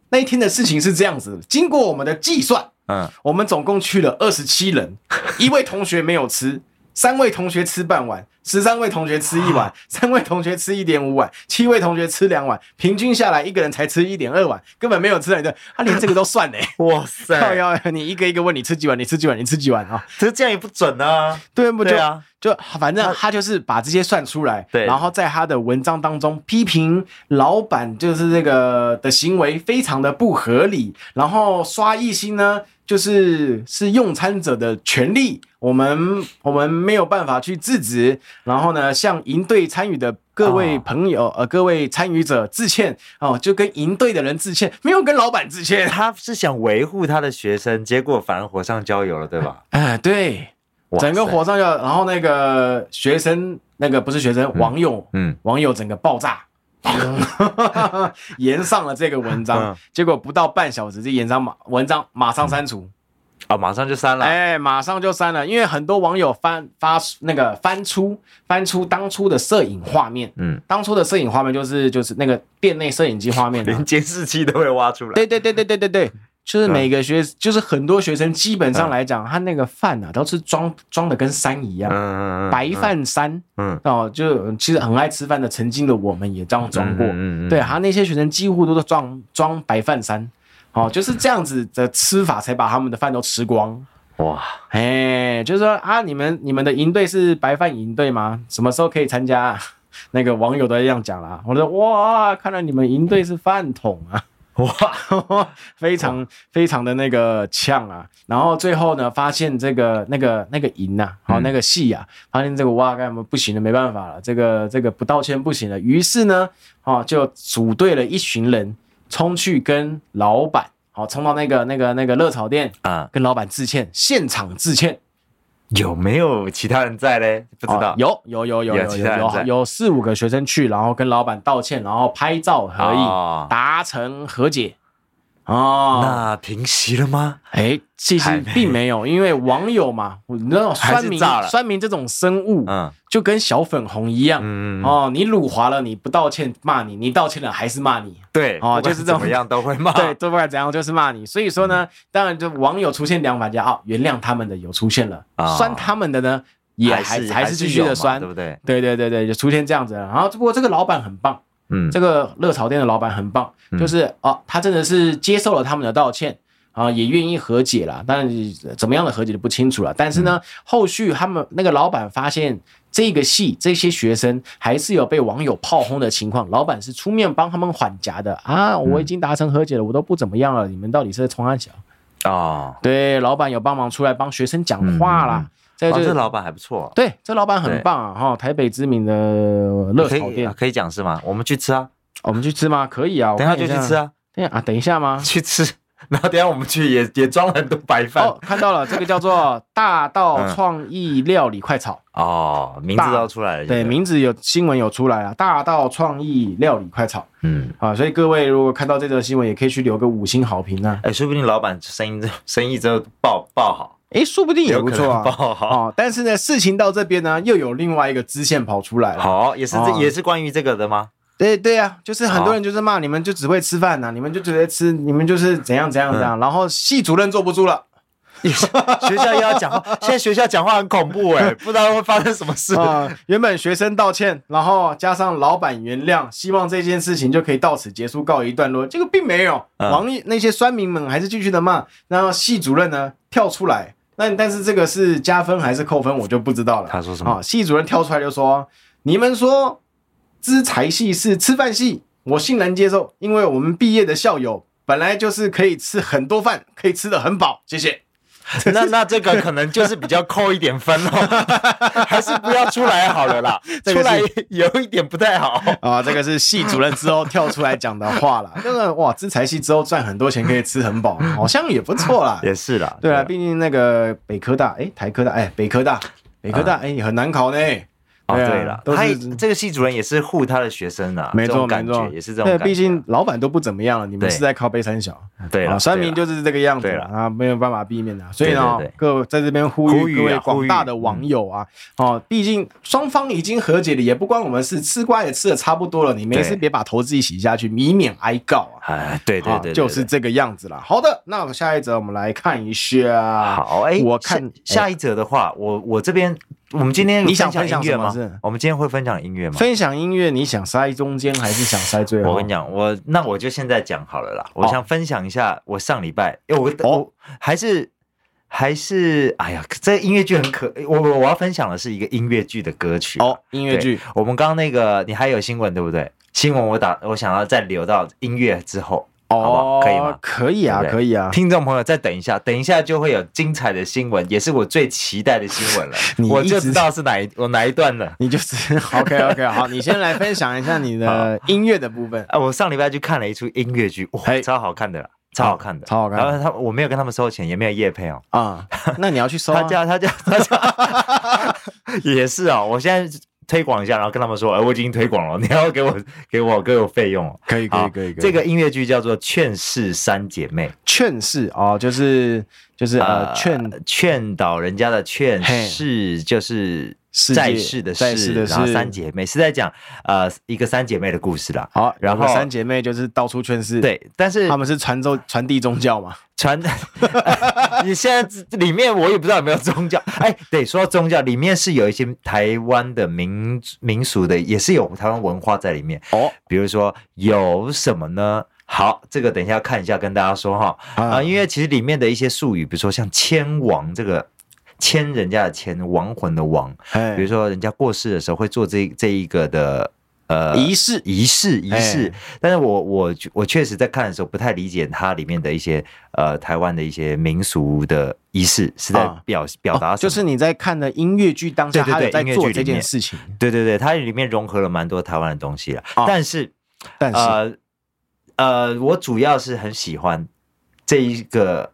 Speaker 1: 那一天的事情是这样子的，经过我们的计算，
Speaker 2: 嗯，
Speaker 1: 我们总共去了二十七人，一位同学没有吃，三位同学吃半碗，十三位同学吃一碗，三位同学吃一点五碗，七位同学吃两碗，平均下来一个人才吃一点二碗，根本没有吃到你的，他连这个都算呢、
Speaker 2: 哇
Speaker 1: 靠
Speaker 2: 塞，
Speaker 1: 腰你一个一个问你吃几碗，你吃几碗，你吃几碗啊、
Speaker 2: 这这样也不准啊！
Speaker 1: 对不
Speaker 2: 对啊，
Speaker 1: 就反正他就是把这些算出来，
Speaker 2: 对
Speaker 1: 然后在他的文章当中批评老板就是这个的行为非常的不合理，然后刷一星呢就是是用餐者的权利，我们我们没有办法去制止，然后呢向营队参与的。各位
Speaker 2: 哦
Speaker 1: 朋友，呃，各位参与者致歉哦，就跟营队的人致歉，没有跟老板致歉。
Speaker 2: 他是想维护他的学生，结果反而火上浇油了，对 吧？
Speaker 1: 哎、对，
Speaker 2: 哇塞
Speaker 1: 整个火上要，然后那个学生，那个不是学生，网友，
Speaker 2: 嗯，
Speaker 1: 网友整个爆炸， 延上了这个文章
Speaker 2: 嗯，
Speaker 1: 结果不到半小时，这延上马文章马上删除，
Speaker 2: 啊，马上就删了。
Speaker 1: 哎，马上就删了，因为很多网友翻发那个翻出翻出当初的摄影画面，
Speaker 2: 嗯，
Speaker 1: 当初的摄影画面就是就是那个店内摄影机画面啊，
Speaker 2: 连监视器都会挖出来。
Speaker 1: 对对对对对对对，就是每个学，就是很多学生基本
Speaker 2: 嗯
Speaker 1: 上来讲，他那个饭啊都是装装的跟山一样，
Speaker 2: 嗯，嗯
Speaker 1: 白，饭山
Speaker 2: 嗯
Speaker 1: 哦，就其实很爱吃饭的，曾经的我们也这样装过。
Speaker 2: 嗯嗯嗯嗯
Speaker 1: 对他那些学生几乎都是装装白饭山，哦，就是这样子的吃法才把他们的饭都吃光。
Speaker 2: 嗯哇，
Speaker 1: 哎，就是说啊，你们你们的营队是白饭营队吗？什么时候可以参加 啊、那个网友都这样讲啦，我说哇，看来你们营队是饭桶啊。哇，非常非常的那个呛啊！然后最后呢，发现这个那个那个银呐、好、那个戏啊，发现这个哇，干嘛不行了，没办法了，这个这个不道歉不行了。于是呢，哦，就组队了一群人冲去跟老板，好、冲到那个那个那个热炒店
Speaker 2: 啊，
Speaker 1: 跟老板致歉，现场致歉。
Speaker 2: 有没有其他人在嘞？不知
Speaker 1: 哦
Speaker 2: 道。
Speaker 1: 有有有有
Speaker 2: 有
Speaker 1: 有
Speaker 2: 其他
Speaker 1: 有
Speaker 2: 人
Speaker 1: 有
Speaker 2: 在
Speaker 1: 有四五个学生去，然后跟老板道歉，然后拍照合
Speaker 2: 哦
Speaker 1: 影，达成和解。哦，
Speaker 2: 那平息了吗？
Speaker 1: 哎，其
Speaker 2: 还
Speaker 1: 实
Speaker 2: 没
Speaker 1: 并没有，因为网友嘛，你知道
Speaker 2: 还是
Speaker 1: 酸民
Speaker 2: 炸了
Speaker 1: 酸民这种生物，
Speaker 2: 嗯
Speaker 1: 就跟小粉红一样。
Speaker 2: 嗯，嗯嗯
Speaker 1: 哦，你辱华了，你不道歉骂你，你道歉了还是骂你，
Speaker 2: 对，
Speaker 1: 哦
Speaker 2: 不管
Speaker 1: 就是这种
Speaker 2: 怎么样都会 骂。
Speaker 1: 对，对不管怎样就是骂你。所以说
Speaker 2: 嗯
Speaker 1: 呢，当然就网友出现两反家啊，原谅他们的有出现了，
Speaker 2: 啊
Speaker 1: 酸他们的呢也还
Speaker 2: 是
Speaker 1: 还
Speaker 2: 是
Speaker 1: 继续
Speaker 2: 有嘛
Speaker 1: 的酸
Speaker 2: 对，不对？
Speaker 1: 对对对对，就出现这样子了。然后不过这个老板很棒，
Speaker 2: 嗯，
Speaker 1: 这个热炒店的老板很棒，就是哦，他真的是接受了他们的道歉啊，也愿意和解了，但是怎么样的和解就不清楚了。但是呢，后续他们那个老板发现这个系这些学生还是有被网友炮轰的情况，老板是出面帮他们缓夹的啊，我已经达成和解了，我都不怎么样了，你们到底是在冲安小？
Speaker 2: 哦，
Speaker 1: 对，老板有帮忙出来帮学生讲话啦。这
Speaker 2: 哦
Speaker 1: 就是、
Speaker 2: 这老板还不错，
Speaker 1: 对，这老板很
Speaker 2: 对
Speaker 1: 棒啊！哈，台北知名的热
Speaker 2: 可
Speaker 1: 炒
Speaker 2: 以
Speaker 1: 店，
Speaker 2: 可以讲是吗？我们去吃啊，
Speaker 1: 我们去吃吗？可以啊，我
Speaker 2: 等一下
Speaker 1: 看
Speaker 2: 就
Speaker 1: 一
Speaker 2: 去吃啊。
Speaker 1: 对啊，等一下吗？
Speaker 2: 去吃，然后等一下我们去也也装了很多白饭嗯
Speaker 1: 哦，看到了，这个叫做 大道创意料理快炒。
Speaker 2: 哦，名字都出来了，
Speaker 1: 对，
Speaker 2: 不，
Speaker 1: 名字有新闻有出来了，大道创意料理快炒
Speaker 2: 嗯，
Speaker 1: 啊，所以各位如果看到这则新闻，也可以去留个五星好评啊。
Speaker 2: 哎，说不定老板生意生意之后爆爆好，
Speaker 1: 诶，说不定也不错
Speaker 2: 有可能
Speaker 1: 啊。
Speaker 2: 爆好，
Speaker 1: 哦，但是呢，事情到这边呢，又有另外一个支线跑出来了。
Speaker 2: 好，也是这
Speaker 1: 哦
Speaker 2: 也是关于这个的吗？
Speaker 1: 对对啊，就是很多人就是骂你们就只会吃饭呐、你们就只会吃，你们就是怎样怎样怎
Speaker 2: 嗯
Speaker 1: 样，然后系主任坐不住了
Speaker 2: 也是学校又要 讲话，现在学校讲话很恐怖 哎，不知道会发生什么事。
Speaker 1: 啊、原本学生道歉，然后加上老板原谅，希望这件事情就可以到此结束，告一段落。结果并没有，
Speaker 2: 嗯
Speaker 1: 王毅那些酸民们还是继续的骂，然后系主任呢跳出来，那但是这个是加分还是扣分，我就不知道了。
Speaker 2: 他说什
Speaker 1: 啊，
Speaker 2: 么？
Speaker 1: 系主任跳出来就说：“你们说资财系是吃饭系，我欣然接受，因为我们毕业的校友本来就是可以吃很多饭，可以吃的很饱。”谢谢。
Speaker 2: 那那这个可能就是比较扣一点 分哦，还是不要出来好了 啦，
Speaker 1: 这
Speaker 2: 出
Speaker 1: 个
Speaker 2: 来
Speaker 1: 是
Speaker 2: 有一点不太好。
Speaker 1: 啊，这个是系主任之后跳出来讲的话啦。这个哇，资财系之后赚很多钱，可以吃很饱，好像也不错啦。
Speaker 2: 也是啦，
Speaker 1: 对啊，毕竟那个北科大，哎，台科大，哎，北科大，北科大，哎，也很难考呢。
Speaker 2: 哦
Speaker 1: 啊
Speaker 2: 嗯对了，
Speaker 1: 都
Speaker 2: 他也
Speaker 1: 是
Speaker 2: 这个系主任也是护他的学生啊，
Speaker 1: 没
Speaker 2: 这
Speaker 1: 错
Speaker 2: 种
Speaker 1: 没
Speaker 2: 感觉
Speaker 1: 错，
Speaker 2: 也是这种
Speaker 1: 对，
Speaker 2: 感觉。啊
Speaker 1: 毕竟老板都不怎么样了，你们
Speaker 2: 对
Speaker 1: 是在靠背三小。
Speaker 2: 对
Speaker 1: 啊，
Speaker 2: 了，
Speaker 1: 三明
Speaker 2: 对啦
Speaker 1: 就是这个样子
Speaker 2: 对
Speaker 1: 了
Speaker 2: 啦
Speaker 1: 啊，没有办法避免的。所以呢
Speaker 2: 对对对，
Speaker 1: 各位在这边呼
Speaker 2: 呼
Speaker 1: 吁
Speaker 2: 吁啊
Speaker 1: 各
Speaker 2: 嗯
Speaker 1: 位广大的
Speaker 2: 呼吁
Speaker 1: 网友啊，哦，毕竟双方已经和解了，也不关我们事，吃瓜也吃的差不多了，你没事
Speaker 2: 对
Speaker 1: 别把头自己洗下去，以免挨告啊。
Speaker 2: 哎，对对
Speaker 1: 啊
Speaker 2: 对对，
Speaker 1: 就是
Speaker 2: 对
Speaker 1: 这个样子啦。好的，那我们下一则我们来看一下。，
Speaker 2: 好哎。
Speaker 1: 我看
Speaker 2: 下下一则的话，我我这边我们今天
Speaker 1: 你想分
Speaker 2: 分
Speaker 1: 享
Speaker 2: 享音乐
Speaker 1: 什么是
Speaker 2: 吗？我们今天会分享音乐吗？
Speaker 1: 分享音乐，你想塞中间还是想塞最后？
Speaker 2: 我跟你讲，我那我就现在讲好了啦。我想分享一下我上礼拜，因为我
Speaker 1: 哦
Speaker 2: 我还是还是哎呀，这音乐剧很可，我我我要分享的是一个音乐剧的歌曲啊
Speaker 1: 哦，音乐剧
Speaker 2: 对我们刚刚那个你还有新闻对不对？新闻我打我想要再留到音乐之后，好不
Speaker 1: 哦
Speaker 2: 好，可以吗？
Speaker 1: 可以啊，
Speaker 2: 对不对
Speaker 1: 可 以啊。
Speaker 2: 听众朋友再等一下，等一下就会有精彩的新闻，也是我最期待的新闻了
Speaker 1: 你一。直
Speaker 2: 我就知道是哪一我哪一段了。
Speaker 1: 你就是 OK OK 好，你先来分享一下你的音乐的部分。
Speaker 2: 啊，我上礼拜去看了一出音乐剧，哇
Speaker 1: 嘿，
Speaker 2: 超好看的啦，超好看
Speaker 1: 哎
Speaker 2: 的，
Speaker 1: 哦超好看的
Speaker 2: 然后他我没有跟他们收钱，也没有业配哦。
Speaker 1: 啊、那你要去搜、啊。
Speaker 2: 他叫他叫他 叫，也是哦。我现在推广一下，然后跟他们说，哎，我已经推广了，你 要给我给我给我费用哦。
Speaker 1: 可以可以
Speaker 2: 好
Speaker 1: 可以可以，
Speaker 2: 这个音乐剧叫做《劝世三姐妹》，
Speaker 1: 劝世哦，就是就是呃劝
Speaker 2: 劝导人家的劝
Speaker 1: 嘿
Speaker 2: 世就是
Speaker 1: 世界
Speaker 2: 在世的
Speaker 1: 在世的
Speaker 2: 然后
Speaker 1: 世
Speaker 2: 三姐妹是在讲呃一个三姐妹的故事啦。
Speaker 1: 好，
Speaker 2: 然
Speaker 1: 有个
Speaker 2: 后
Speaker 1: 三姐妹就是到处劝世，，
Speaker 2: 对，但是
Speaker 1: 他们是传宗传递宗教嘛，
Speaker 2: 传， 你现在这里面我也不知道有没有宗教。哎，对，说到宗教，里面是有一些台湾的民民俗的，也是有台湾文化在里面。
Speaker 1: 哦，
Speaker 2: 比如说有什么呢？好，这个等一下看一下跟大家说哈啊、
Speaker 1: 啊
Speaker 2: 因为其实里面的一些术语，比如说像千王这个千人家的千，亡魂的亡，
Speaker 1: 哎
Speaker 2: 比如说人家过世的时候会做这这一个的呃
Speaker 1: 仪式
Speaker 2: 仪式仪式
Speaker 1: 哎，
Speaker 2: 但是我我我确实在看的时候不太理解它里面的一些呃台湾的一些民俗的仪式是在
Speaker 1: 啊
Speaker 2: 表、表达
Speaker 1: 哦
Speaker 2: 什
Speaker 1: 就
Speaker 2: 么、
Speaker 1: 是你在看的音乐剧当下，
Speaker 2: 对对
Speaker 1: 他
Speaker 2: 对
Speaker 1: 有在
Speaker 2: 音乐
Speaker 1: 做
Speaker 2: 剧
Speaker 1: 这
Speaker 2: 里
Speaker 1: 件
Speaker 2: 面
Speaker 1: 事情，
Speaker 2: 对对对，它里面融合了蛮多台湾的东西了，啊
Speaker 1: 哦
Speaker 2: 但是
Speaker 1: 但是、
Speaker 2: 呃呃，我主要是很喜欢这一个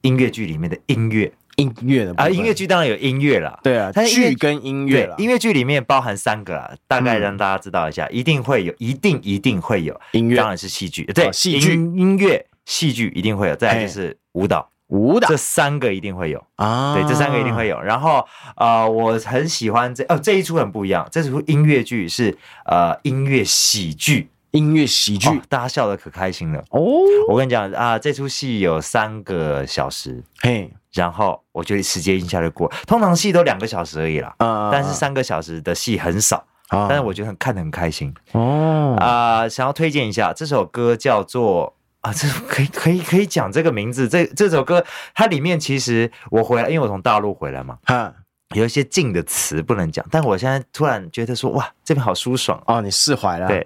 Speaker 2: 音乐剧里面的音乐
Speaker 1: 音乐的部
Speaker 2: 啊、
Speaker 1: 分
Speaker 2: 音乐剧当然有音乐啦，
Speaker 1: 对啊，
Speaker 2: 它是音乐
Speaker 1: 剧跟音乐
Speaker 2: 对
Speaker 1: 啦，，嗯
Speaker 2: 音乐剧里面包含三个啦，大概让大家知道一下，一定会有，一定一定会有，
Speaker 1: 音
Speaker 2: 当
Speaker 1: 乐哦
Speaker 2: 然是戏剧，对，
Speaker 1: 戏剧
Speaker 2: 音音乐、戏剧一定会有，再来就是舞蹈，
Speaker 1: 舞蹈
Speaker 2: 这三个一定会有，
Speaker 1: 啊，
Speaker 2: 对，这三个一定会有。然后呃，我很喜欢这哦，这一出很不一样，这出音乐剧是呃音乐喜剧，
Speaker 1: 音乐喜剧
Speaker 2: 哦，大家笑得可开心了。
Speaker 1: 哦，
Speaker 2: 我跟你讲啊、这出戏有三个小时，
Speaker 1: 嘿
Speaker 2: 然后我觉得时间一下就过，通常戏都两个小时而已啦。
Speaker 1: 啊，
Speaker 2: 但是三个小时的戏很少，
Speaker 1: 啊，
Speaker 2: 但是我觉得很看得很开心
Speaker 1: 哦
Speaker 2: 啊、想要推荐一下这首歌叫做啊，这首可以可以可以讲这个名字。这这首歌它里面其实我回来，因为我从大陆回来嘛，
Speaker 1: 哈
Speaker 2: 有一些禁的词不能讲，但我现在突然觉得说哇，这边好舒爽。啊
Speaker 1: 哦，你释怀了，
Speaker 2: 对，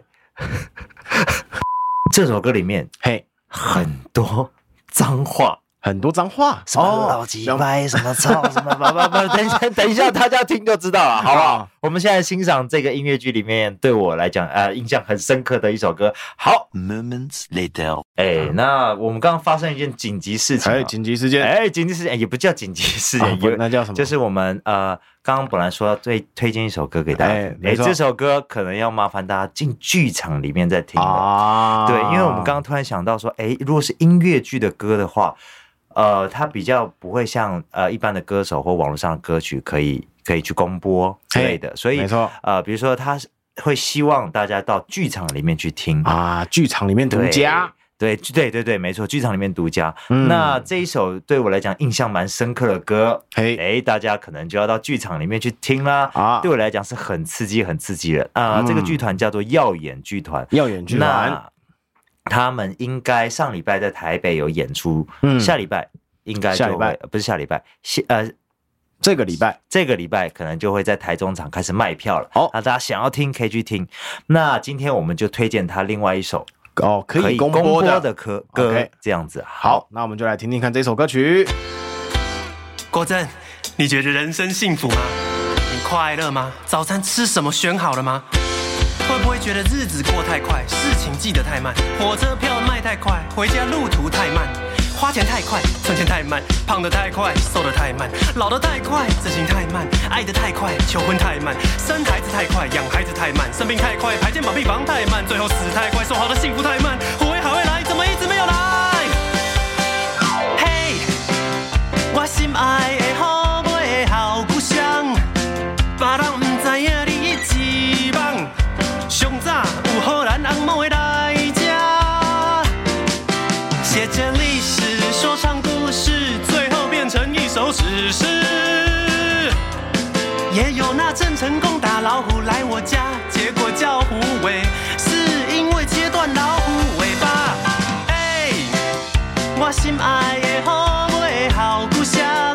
Speaker 2: 这首歌里面
Speaker 1: 嘿
Speaker 2: 很多脏话，
Speaker 1: 很多脏话哦
Speaker 2: 什么老鸡掰，什么操，什么叭叭叭，等一下，等一下，大家听就知道了，好不好？我们现在欣赏这个音乐剧里面对我来讲，呃，印象很深刻的一首歌。好，
Speaker 3: Moments later.
Speaker 2: 哎，那我们刚刚发生一件紧急事情
Speaker 1: 还有
Speaker 2: 啊，
Speaker 1: 紧急事件，
Speaker 2: 哎，紧急事件哎也不叫紧急事
Speaker 1: 啊
Speaker 2: 件，
Speaker 1: 不
Speaker 2: 有
Speaker 1: 那叫什么？
Speaker 2: 就是我们呃，刚刚本来说要推推荐一首歌给大家
Speaker 1: 哎
Speaker 2: 听，哎，
Speaker 1: 没错
Speaker 2: 这首歌可能要麻烦大家进剧场里面再听了。
Speaker 1: 啊，
Speaker 2: 对，因为我们刚刚突然想到说，哎，如果是音乐剧的歌的话，呃，它比较不会像呃一般的歌手或网络上的歌曲可以可以去公播之类的，所以
Speaker 1: 没错
Speaker 2: 呃，比如说他是会希望大家到剧场里面去听，
Speaker 1: 啊，剧场里面独
Speaker 2: 对
Speaker 1: 家。。
Speaker 2: 对对对对，没错，剧场里面独家。
Speaker 1: 嗯
Speaker 2: 那这一首对我来讲印象蛮深刻的歌，
Speaker 1: 嘿
Speaker 2: 哎，大家可能就要到剧场里面去听啦。
Speaker 1: 啊
Speaker 2: 对我来讲是很刺激、很刺激的啊、这个
Speaker 1: 嗯
Speaker 2: 剧团叫做耀眼剧团，
Speaker 1: 耀眼剧团，
Speaker 2: 那他们应该上礼拜在台北有演出，
Speaker 1: 嗯
Speaker 2: 下礼拜应该就
Speaker 1: 下礼
Speaker 2: 会
Speaker 1: 拜
Speaker 2: 呃不是下礼拜，下呃
Speaker 1: 这个礼拜
Speaker 2: 这个礼拜可能就会在台中场开始卖票了。
Speaker 1: 好
Speaker 2: 那大家想要听可以去听。那今天我们就推荐他另外一首
Speaker 1: 哦，可以
Speaker 2: 公
Speaker 1: 公播
Speaker 2: 的
Speaker 1: 的。
Speaker 2: 歌歌
Speaker 1: OK
Speaker 2: 这样子。
Speaker 1: 好，，那我们就来听听看这首歌曲。
Speaker 4: 郭正，你觉得人生幸福吗？你快乐吗？早餐吃什么选好了吗？会不会觉得日子过太快，事情记得太慢，火车票卖太快，回家路途太慢，花钱太快，存钱太慢，胖得太快，瘦得太慢，老得太快，整形太慢，爱得太快，求婚太慢，生孩子太快，养孩子太慢，生病太快，排肩膀病房太慢，最后死太快，说好的幸福太慢，我会还会来，怎么一直没有来？嘿、我心爱的好妹好故乡，别人不知影你一梦。上早有好咱翁某的来家，写着历史，说唱故事，最后变成一首史诗。也有那阵成功打老虎来我家，结果叫虎尾，是因为切断老虎尾巴。哎、我心爱的好妹好故乡，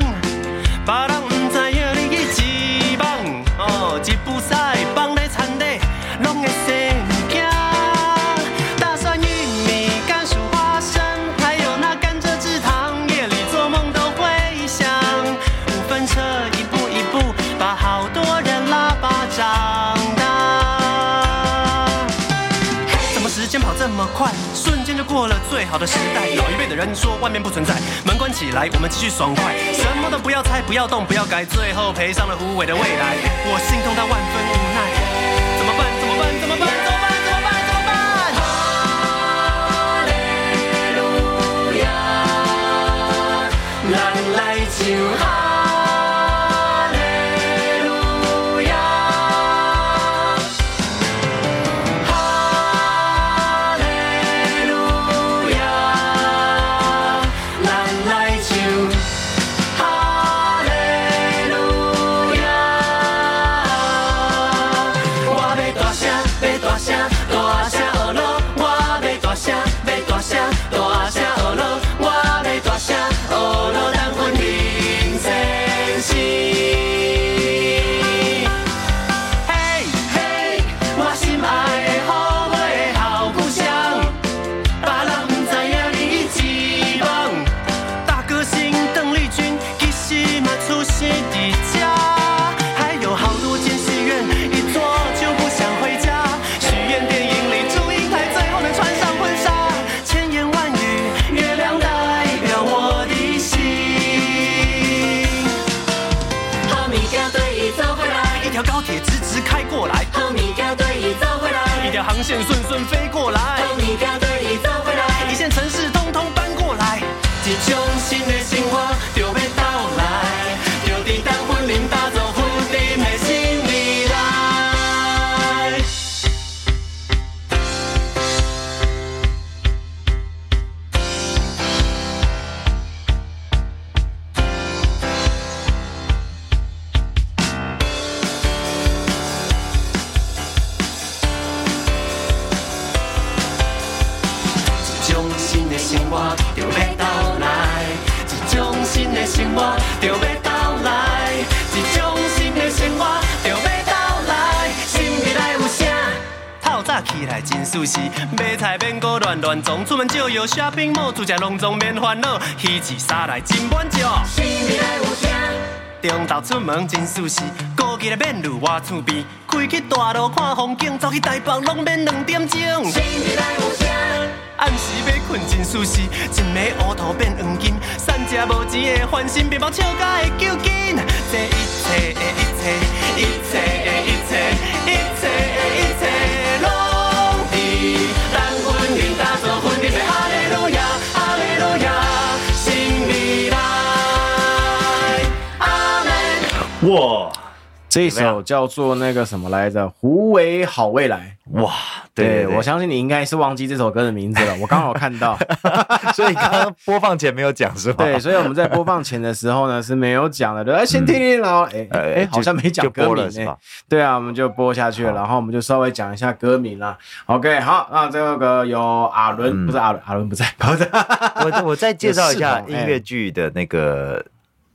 Speaker 4: 别人不知影你去一梦，哦，一步赛放咧田底，拢会生物件。大蒜、玉米、甘薯、花生，还有那甘蔗汁糖，夜里做梦都会想。五分车一步一步把好多人拉巴长大。怎么时间跑这么快？瞬间就过了最好的时代。老一辈的人说外面不存在，门关起来，我们继续爽快，什么都不要猜，不要动，不要改，最后赔上了胡伟的未来。我心痛到万分无奈，怎么办？怎么办？怎么办？怎么办？怎么办？怎么办？咱来唱哈利路亚，哈利路亚，咱来唱哈利路亚。我要大声，要大声，大声学咯！我要大声，要大声，大声学咯！我要大声学咯，咱阮人生是。嘿，嘿，我心爱的好妹好故乡，别人不知影你一梦。大歌星邓丽君其实嘛出生伫遮，还有好多间戏院一坐就不想回家。许愿电影里祝英台最后能穿上婚纱，千言万语，月亮代表我的心。
Speaker 5: 好物件对伊走回来，
Speaker 4: 一条高铁直直开过来，
Speaker 5: 好物件对伊走回
Speaker 4: 一
Speaker 5: 来，
Speaker 4: 条航线顺顺飞过来，
Speaker 5: 好物件对伊走回来
Speaker 4: 一。线城市通通搬过来，一种新的生活就要到来，就伫等婚姻打造婚姻的新未来。一种新的生活就要到来，一来真舒适。买菜免搁乱乱撞，出门借药 shopping mall，厝食拢总免烦恼，鱼翅沙来真满足。
Speaker 5: 心里来有声。
Speaker 4: 中昼出门真舒适，高级的免路我厝边，开去大路看风景，走去台北拢免两点钟。
Speaker 5: 心里来有声，
Speaker 4: 暗时要困真舒适，一暝乌头变黄金，散食无钱的烦心，面包笑甲会揪筋。这一切的一切，一切的一切，一切的一切，拢伫等阮云打做婚礼的哈利路亚，哈利路亚，新未来，阿门。
Speaker 2: 哇
Speaker 1: 这首叫做那个什么来着，《胡为好未来》。
Speaker 2: 哇，对对，
Speaker 1: 我相信你应该是忘记这首歌的名字了，我刚好看到。
Speaker 2: 所以刚刚播放前没有讲是 吧？
Speaker 1: 对，所以我们在播放前的时候呢是没有讲的，对，哎先听听，然后哎
Speaker 2: 呃
Speaker 1: 哎，
Speaker 2: 就
Speaker 1: 好像没讲
Speaker 2: 就
Speaker 1: 歌
Speaker 2: 播
Speaker 1: 名
Speaker 2: 了是
Speaker 1: 哎
Speaker 2: 吧
Speaker 1: 对啊，我们就播下去了，然后我们就稍微讲一下歌名啦。OK，好，那这个有阿
Speaker 2: 嗯
Speaker 1: 伦，不是阿伦，阿伦不在，不是
Speaker 2: 我我再介绍一下
Speaker 1: 有系统
Speaker 2: 音
Speaker 1: 哎
Speaker 2: 乐剧的那个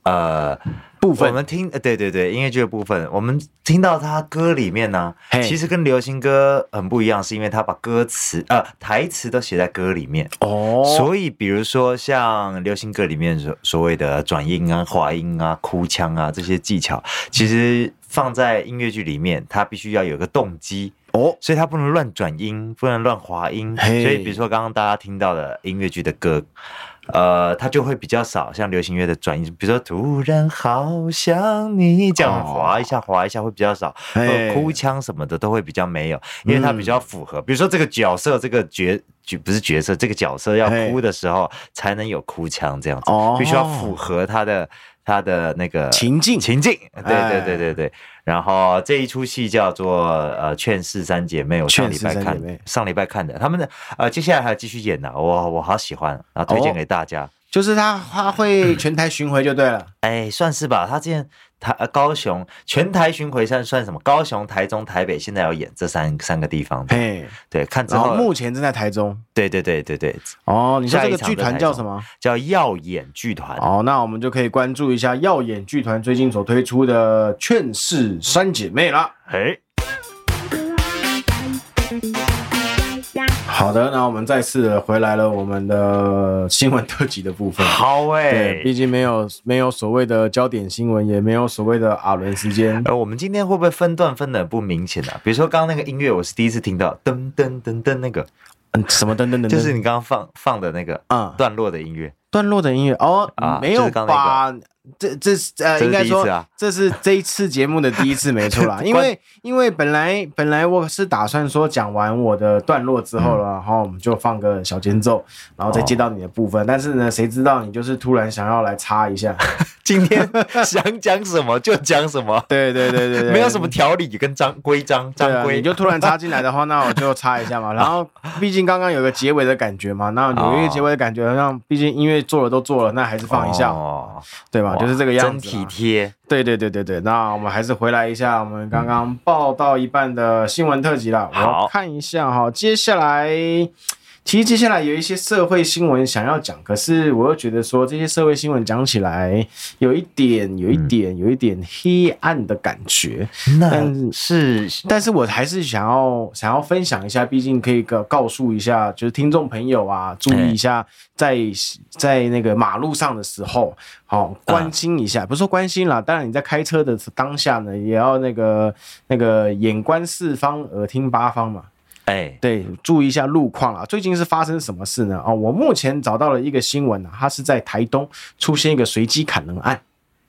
Speaker 2: 呃
Speaker 1: 部
Speaker 2: 我
Speaker 1: 分
Speaker 2: 们听呃对对对音乐剧的部分，我们听到他歌里面呢
Speaker 1: 嘿，
Speaker 2: 其实跟流行歌很不一样，是因为他把歌词呃台词都写在歌里面。
Speaker 1: 哦，
Speaker 2: 所以，比如说像流行歌里面所所谓的转音啊、滑音啊、哭腔啊这些技巧，其实放在音乐剧里面，它必须要有个动机
Speaker 1: 哦
Speaker 2: 所以它不能乱转音，不能乱滑音。所
Speaker 1: 嘿
Speaker 2: 以，比如说刚刚大家听到的音乐剧的歌，呃，它就会比较少像流行乐的转音，比如说突然好想你这样
Speaker 1: 哦
Speaker 2: 滑一下、滑一下会比较少，
Speaker 1: 嘿
Speaker 2: 呃哭腔什么的都会比较没有，因为它比较符合，比如说这个角色这个角角不是角色，这个角色要
Speaker 1: 嘿
Speaker 2: 哭的时候才能有哭腔这样子
Speaker 1: 哦，
Speaker 2: 必须要符合他的。他的那个
Speaker 1: 情境
Speaker 2: 情境，对
Speaker 1: 哎
Speaker 2: 对对对对。然后这一出戏叫做呃《劝世三姐妹》，我上礼拜
Speaker 1: 劝世三姐
Speaker 2: 看
Speaker 1: 妹，
Speaker 2: 上礼拜看的。他们的呃，接下来还要继续演呢、我我好喜欢，然后推荐
Speaker 1: 哦
Speaker 2: 给大家。
Speaker 1: 就是他他会全台巡回就对了。
Speaker 2: 哎，算是吧。他之前台呃高雄全台巡回算算什么？高雄、台中、台北，现在有演这三三个地方的。
Speaker 1: 嘿，
Speaker 2: 对，看之
Speaker 1: 哎然后
Speaker 2: 后，
Speaker 1: 目前正在台中。
Speaker 2: 对对对对对，
Speaker 1: 哦，你说
Speaker 2: 下
Speaker 1: 这
Speaker 2: 一
Speaker 1: 个
Speaker 2: 场
Speaker 1: 剧
Speaker 2: 在
Speaker 1: 团
Speaker 2: 台
Speaker 1: 叫
Speaker 2: 中
Speaker 1: 什么？
Speaker 2: 叫耀眼剧团。
Speaker 1: 哦，那我们就可以关注一下耀眼剧团最近所推出的《劝世三姐妹》啦。
Speaker 2: 哎，
Speaker 1: 好的，那我们再次地回来了我们的新闻特辑的部 分。
Speaker 2: 好哎
Speaker 1: 对，。毕竟没有没有所谓的焦点新闻，也没有所谓的阿伦时间。
Speaker 2: 呃，我们今天会不会分段分的不明显啊？比如说刚刚那个音乐，我是第一次听到，噔噔噔噔那个，
Speaker 1: 嗯，什么等等等等，
Speaker 2: 就是你刚刚放放的那个
Speaker 1: 啊
Speaker 2: 段落的音乐。
Speaker 1: 段落的音乐哦
Speaker 2: 啊，
Speaker 1: 没
Speaker 2: 就
Speaker 1: 有
Speaker 2: 是刚那
Speaker 1: 吧？这这是呃，
Speaker 2: 这是
Speaker 1: 应该
Speaker 2: 第一次
Speaker 1: 说
Speaker 2: 啊
Speaker 1: 这是这一次节目的第一次，没错 啦。因为因为本来本来我是打算说讲完我的段落之后了，
Speaker 2: 嗯
Speaker 1: 然后我们就放个小间奏，然后再
Speaker 2: 哦
Speaker 1: 接到你的部分。但是呢，谁知道你就是突然想要来插一 下？
Speaker 2: 今天想讲什么就讲什么，
Speaker 1: 对对对对对，
Speaker 2: 没有什么条理跟章规章
Speaker 1: 对啊
Speaker 2: 章，规。
Speaker 1: 你就突然插进来的话，那我就插一下 嘛。然后，毕竟刚刚有个结尾的感觉嘛，那有一个结尾的感觉，让毕竟音乐做了都做了，那还是放一下，
Speaker 2: 哦
Speaker 1: 对吧？
Speaker 2: 哇
Speaker 1: 就是这个样子
Speaker 2: 真体
Speaker 1: 嘛。
Speaker 2: 贴。
Speaker 1: 对对对对对，那我们还是回来一下我们刚刚报道一半的新闻特辑啦。我
Speaker 2: 好
Speaker 1: 要看一下哈，接下来。其实接下来有一些社会新闻想要讲，可是我又觉得说这些社会新闻讲起来有一点、有一点、有一点黑暗的感觉。
Speaker 2: 那是
Speaker 1: 但是我还是想要想要分享一下，毕竟可以告告诉一下，就是听众朋友啊，注意一下在，在那个马路上的时候，好、关心一下，不是说关心啦，当然你在开车的当下呢，也要那个那个眼观四方，耳听八方嘛。
Speaker 2: 哎，
Speaker 1: 对，注意一下路况啦。最近是发生什么事呢？哦，我目前找到了一个新闻啊，它是在台东出现一个随机砍人案。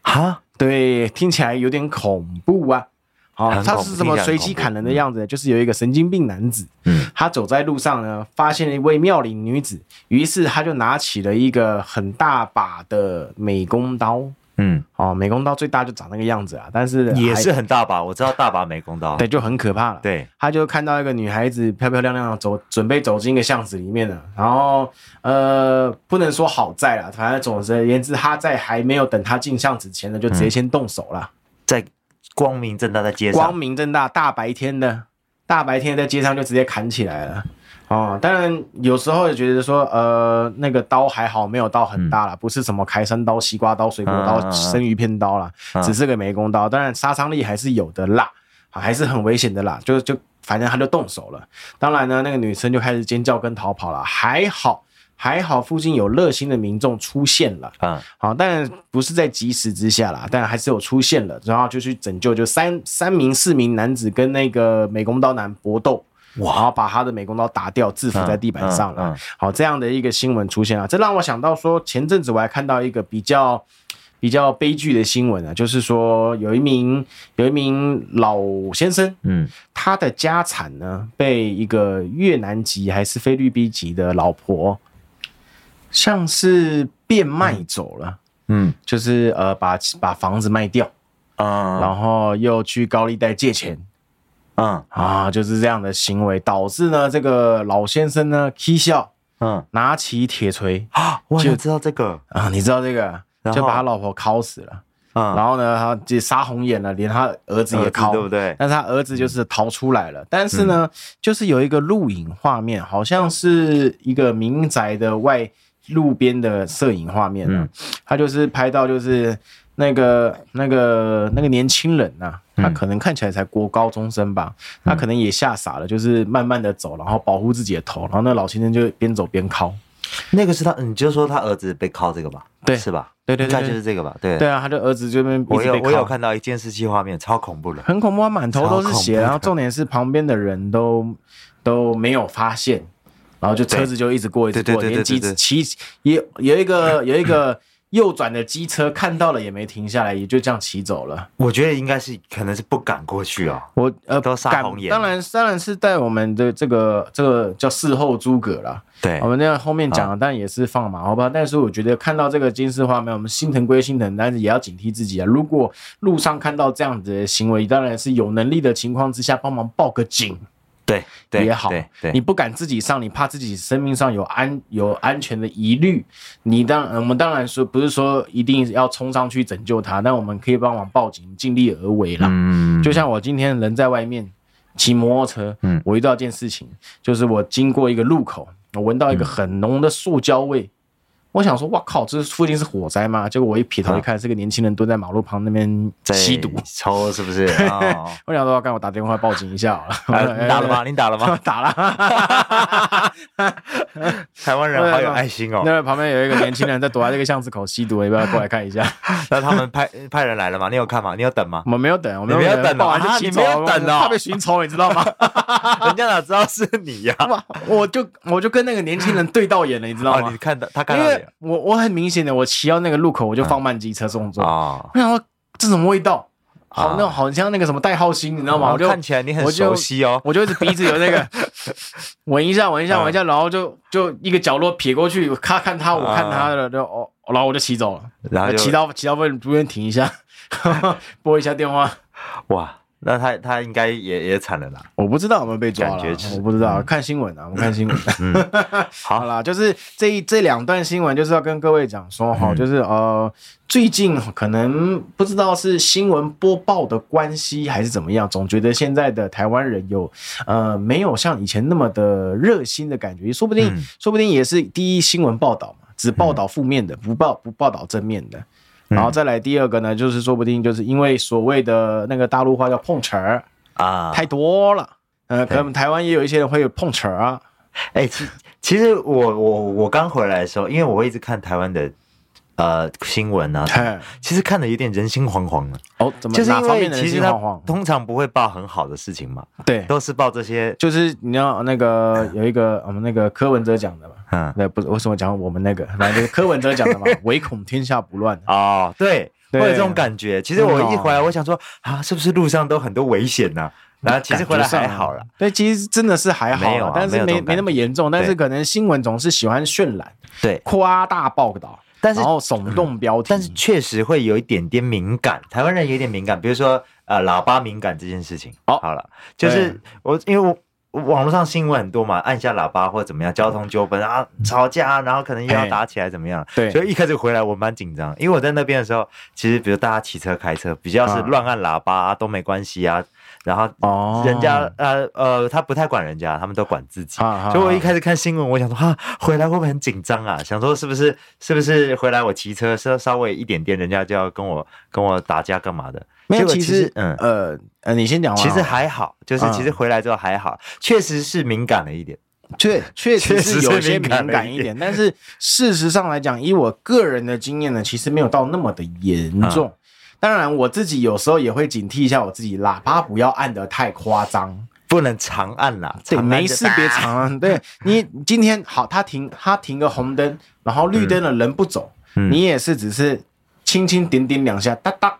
Speaker 2: 哈，
Speaker 1: 对，听起来有点恐怖啊。好、
Speaker 2: 很
Speaker 1: 他
Speaker 2: 恐
Speaker 1: 是
Speaker 2: 怖
Speaker 1: 什么
Speaker 2: 听起来很
Speaker 1: 随机
Speaker 2: 恐怖
Speaker 1: 砍人的样子呢？就是有一个神经病男子，
Speaker 2: 嗯，
Speaker 1: 他走在路上呢，发现了一位妙龄女子，于是他就拿起了一个很大把的美工刀。
Speaker 2: 嗯，
Speaker 1: 哦，美工刀最大就长那个样子啊，但是
Speaker 2: 也
Speaker 1: 还
Speaker 2: 是很大把，我知道大把美工刀。
Speaker 1: 对，就很可怕了。
Speaker 2: 对，
Speaker 1: 他就看到一个女孩子漂漂亮亮的走，准备走进一个巷子里面了。然后呃，不能说好在啦，反正总之而言之，他在还没有等他进巷子前呢，就直
Speaker 2: 嗯
Speaker 1: 接先动手了。
Speaker 2: 在光明正大在街
Speaker 1: 光
Speaker 2: 上，
Speaker 1: 明正大大白天的，大白天在街上就直接砍起来了。哦，当然有时候也觉得说，呃，那个刀还好，没有到很大啦，
Speaker 2: 嗯
Speaker 1: 不是什么开山刀、西瓜刀、水果刀、
Speaker 2: 嗯嗯嗯
Speaker 1: 生鱼片刀啦，
Speaker 2: 嗯
Speaker 1: 只是个美工刀，当然杀伤力还是有的啦。啊还是很危险的啦，就就反正他就动手了。当然呢，那个女生就开始尖叫跟逃跑了，还好。还好附近有热心的民众出现了，
Speaker 2: 啊，
Speaker 1: 好，但不是在及时之下啦，但还是有出现了，然后就去拯救，就三三名四名男子跟那个美工刀男搏斗。然后把他的美工刀打掉，制服在地板上了。
Speaker 2: 嗯嗯嗯
Speaker 1: 好，这样的一个新闻出现啊，这让我想到说，前阵子我还看到一个比较比较悲剧的新闻啊，就是说有一名有一名老先生，
Speaker 2: 嗯，
Speaker 1: 他的家产呢被一个越南籍还是菲律宾籍的老婆，像是变卖走了，
Speaker 2: 嗯
Speaker 1: 就是呃把把房子卖掉，
Speaker 2: 啊
Speaker 1: 然后又去高利贷借钱
Speaker 2: 嗯
Speaker 1: 啊，就是这样的行为，导致呢这个老先生呢踢笑，
Speaker 2: 嗯
Speaker 1: 拿起铁锤
Speaker 2: 啊，我
Speaker 1: 就
Speaker 2: 就知道这个，
Speaker 1: 啊，你知道这个，
Speaker 2: 然后
Speaker 1: 就把他老婆敲死了。
Speaker 2: 嗯，
Speaker 1: 然后呢，他就杀红眼了，连他儿子也
Speaker 2: 儿
Speaker 1: 敲，
Speaker 2: 子对不对嗯
Speaker 1: 但是他儿子就是逃出来了。但是呢，就是有一个录影画面，好像是一个民宅的外路边的摄影画面、啊，
Speaker 2: 嗯
Speaker 1: 他就是拍到就是那个那个那个年轻人呐、
Speaker 2: 嗯
Speaker 1: 他可能看起来才国高中生吧，他可能也吓傻了，就是慢慢的走，然后保护自己的头，然后那老先生就边走边敲。
Speaker 2: 那个是他，你就说他儿子被铐这个吧，
Speaker 1: 对
Speaker 2: 是吧？
Speaker 1: 对对对
Speaker 2: 应该就是这个吧，对
Speaker 1: 对。啊，他的儿子就那边一
Speaker 2: 我
Speaker 1: 直
Speaker 2: 有
Speaker 1: 被
Speaker 2: 我有
Speaker 1: 敲。
Speaker 2: 看到一件事情画面，超恐怖的，
Speaker 1: 很恐怖，他满头都是血，
Speaker 2: 超恐怖的
Speaker 1: 然后重点是旁边的人都都没有发现，然后就车子就一直过一直
Speaker 2: 对
Speaker 1: 过，
Speaker 2: 对对
Speaker 1: 连机
Speaker 2: 对对对
Speaker 1: 骑也有一个有一 个右转的机车看到了也没停下来，也就这样骑走了。
Speaker 2: 我觉得应该是可能是不敢过去哦。
Speaker 1: 我呃，
Speaker 2: 都杀
Speaker 1: 敢
Speaker 2: 红眼
Speaker 1: 当然当然是在我们的这个这个叫事后诸葛啦。
Speaker 2: 对
Speaker 1: 我，们那样后面
Speaker 2: 啊
Speaker 1: 讲，但也是放马后炮。但是我觉得看到这个金丝画面，我们心疼归心疼，但是也要警惕自己啊。如果路上看到这样子的行为，当然是有能力的情况之下帮忙报个警
Speaker 2: 对对
Speaker 1: 也好
Speaker 2: 对。
Speaker 1: 你
Speaker 2: 对，
Speaker 1: 不敢自己上，你怕自己生命上有安有安全的疑虑，你当我们当然说不是说一定要冲上去拯救他，但我们可以帮忙报警，尽力而为啦。
Speaker 2: 嗯
Speaker 1: 就像我今天人在外面骑摩托车，
Speaker 2: 嗯
Speaker 1: 我遇到一件事情，就是我经过一个路口，我闻到一
Speaker 2: 嗯
Speaker 1: 个很浓的塑胶味，我想说，哇靠，这附近是火灾吗？结果我一撇
Speaker 2: 啊
Speaker 1: 头一看，是个年轻人蹲在马路旁那边
Speaker 2: 在
Speaker 1: 吸毒。
Speaker 2: 抽是 不是？哦
Speaker 1: 我想说，干我打电话报警一下好了。？
Speaker 2: 啊你打了吗？？你打了吗
Speaker 1: 哎 打了。
Speaker 2: 台湾人好有爱心哦。
Speaker 1: 那旁边有一个年轻人在躲在这个巷子口吸毒，你不要过来看一 下。
Speaker 2: 那他们派派人来了吗？你有看吗？你有等吗
Speaker 1: 我？们没有等，我们
Speaker 2: 你没有等哦
Speaker 1: 报完就骑走了，
Speaker 2: 啊你没有等哦
Speaker 1: 我怕被寻仇，你知道吗？
Speaker 2: 人家哪知道是你啊呀？
Speaker 1: 哇，我就我就跟那个年轻人对到眼了，你知道
Speaker 2: 哦，
Speaker 1: 吗
Speaker 2: 你？看到他看
Speaker 1: 因
Speaker 2: 到你
Speaker 1: 为
Speaker 2: 了嗯
Speaker 1: 我我很明显的，我骑到那个路口，我就放慢机车动作。
Speaker 2: 哦。
Speaker 1: 我想说这什么味道？好，
Speaker 2: 啊
Speaker 1: 那种好像那个什么代号星，你知道吗？
Speaker 2: 哦
Speaker 1: 我就
Speaker 2: 看起来你很
Speaker 1: 我就
Speaker 2: 熟悉 哦
Speaker 1: 我就一直鼻子有那 个闻一下，闻一
Speaker 2: 嗯
Speaker 1: 下，闻一下，然后就就一个角落撇过去，他看他，我看他的，就哦，然后我就骑走了，
Speaker 2: 啊然后就
Speaker 1: 骑到骑到问主任停一下， 拨一下电话。
Speaker 2: 哇，那他他应该也也惨了啦。
Speaker 1: 我不知道有没有被抓
Speaker 2: 感
Speaker 1: 了
Speaker 2: 觉是，嗯
Speaker 1: 我不知道，看新 闻啊，我们看新闻。
Speaker 2: 好
Speaker 1: 好啦，就是这一这两段新闻，就是要跟各位讲说
Speaker 2: 嗯
Speaker 1: 哈，就是呃，最近可能不知道是新闻播报的关系还是怎么样，总觉得现在的台湾人有呃没有像以前那么的热心的感觉，说不定、
Speaker 2: 嗯
Speaker 1: 说不定也是第一新闻报道嘛，只报道负面
Speaker 2: 嗯
Speaker 1: 的，不报不报道正面的。然后再来第二个呢，就是说不定就是因为所谓的那个大陆话叫碰瓷儿，
Speaker 2: 啊，
Speaker 1: 太多了。呃，可能台湾也有一些人会有碰瓷儿 啊，
Speaker 2: 哎、其其实我我我刚回来的时候，因为我会一直看台湾的呃新闻啊，
Speaker 1: 嘿
Speaker 2: 其实看的有点人心惶惶的，
Speaker 1: 哦，怎么
Speaker 2: 就是
Speaker 1: 哪
Speaker 2: 因
Speaker 1: 方
Speaker 2: 为
Speaker 1: 面的人
Speaker 2: 其
Speaker 1: 心
Speaker 2: 实他
Speaker 1: 惶惶？
Speaker 2: 通常不会报很好的事情嘛，
Speaker 1: 对，
Speaker 2: 都是报这些
Speaker 1: 就是你要那 个有一个我们那个柯文哲讲的嘛，
Speaker 2: 嗯
Speaker 1: 对，不是为什么讲我们那个，反正就是柯文哲讲 的嘛，唯恐天下不乱。
Speaker 2: 哦，对，
Speaker 1: 哎对哦
Speaker 2: 会有这种感觉。其实我一回来，我想说啊，是不是路上都很多危险呢、然后其实回来
Speaker 1: 啊
Speaker 2: 还好了，，
Speaker 1: 对，其实真的是还好
Speaker 2: 没有
Speaker 1: 啦
Speaker 2: 啊，
Speaker 1: 但
Speaker 2: 没
Speaker 1: 是
Speaker 2: 有这
Speaker 1: 没
Speaker 2: 种
Speaker 1: 没那么
Speaker 2: 感觉
Speaker 1: 严重，但是
Speaker 2: 对
Speaker 1: 可能新闻总是喜欢渲染、
Speaker 2: 对。
Speaker 1: 夸大报道，
Speaker 2: 但是
Speaker 1: 然后耸动标题，
Speaker 2: 但是确实会有一点点敏感，台湾人有一点敏感，比如说呃喇叭敏感这件事情。
Speaker 1: 哦
Speaker 2: 好了，就是我因为我。我网络上新闻很多嘛，按一下喇叭或者怎么样，交通纠纷啊，吵架啊，然后可能又要
Speaker 1: 嗯哎
Speaker 2: 打起来怎么样？
Speaker 1: 对
Speaker 2: 所以一开始回来我蛮紧张，因为我在那边的时候，其实比如大家骑车、开车，比较是
Speaker 1: 啊
Speaker 2: 乱按喇叭、啊、都没关系啊，然后
Speaker 1: 哦
Speaker 2: 人家、呃呃，他不太管人家，他们都管自己。
Speaker 1: 啊啊
Speaker 2: 所以我
Speaker 1: 啊
Speaker 2: 一开始看新闻，我想说啊，回来会不会很紧张啊？想说是不是是不是回来我骑车稍稍微一点点，人家就要跟我跟我打架干嘛的？
Speaker 1: 没
Speaker 2: 结
Speaker 1: 有，
Speaker 2: 果
Speaker 1: 其实
Speaker 2: 嗯，
Speaker 1: 呃呃，你先讲完好
Speaker 2: 其
Speaker 1: 了。
Speaker 2: 实还好，就是
Speaker 1: 嗯
Speaker 2: 其实回来之后还好，确实是敏感了一点。
Speaker 1: 确确实
Speaker 2: 确实
Speaker 1: 是
Speaker 2: 是
Speaker 1: 有一些
Speaker 2: 敏
Speaker 1: 敏
Speaker 2: 感了
Speaker 1: 感
Speaker 2: 一
Speaker 1: 一点，但是事实上来讲，以我个人的经验呢，其实没有到那么的严
Speaker 2: 嗯
Speaker 1: 重。当然，我自己有时候也会警惕一下我自己，喇叭不要按得太夸张。
Speaker 2: 不能长按啦，
Speaker 1: 对，
Speaker 2: 长按
Speaker 1: 没
Speaker 2: 就
Speaker 1: 事别
Speaker 2: 打
Speaker 1: 长 按。对你今天好，他停他停个红灯，然后绿灯了人不走，
Speaker 2: 嗯
Speaker 1: 你也是只是轻轻点点两下，哒哒。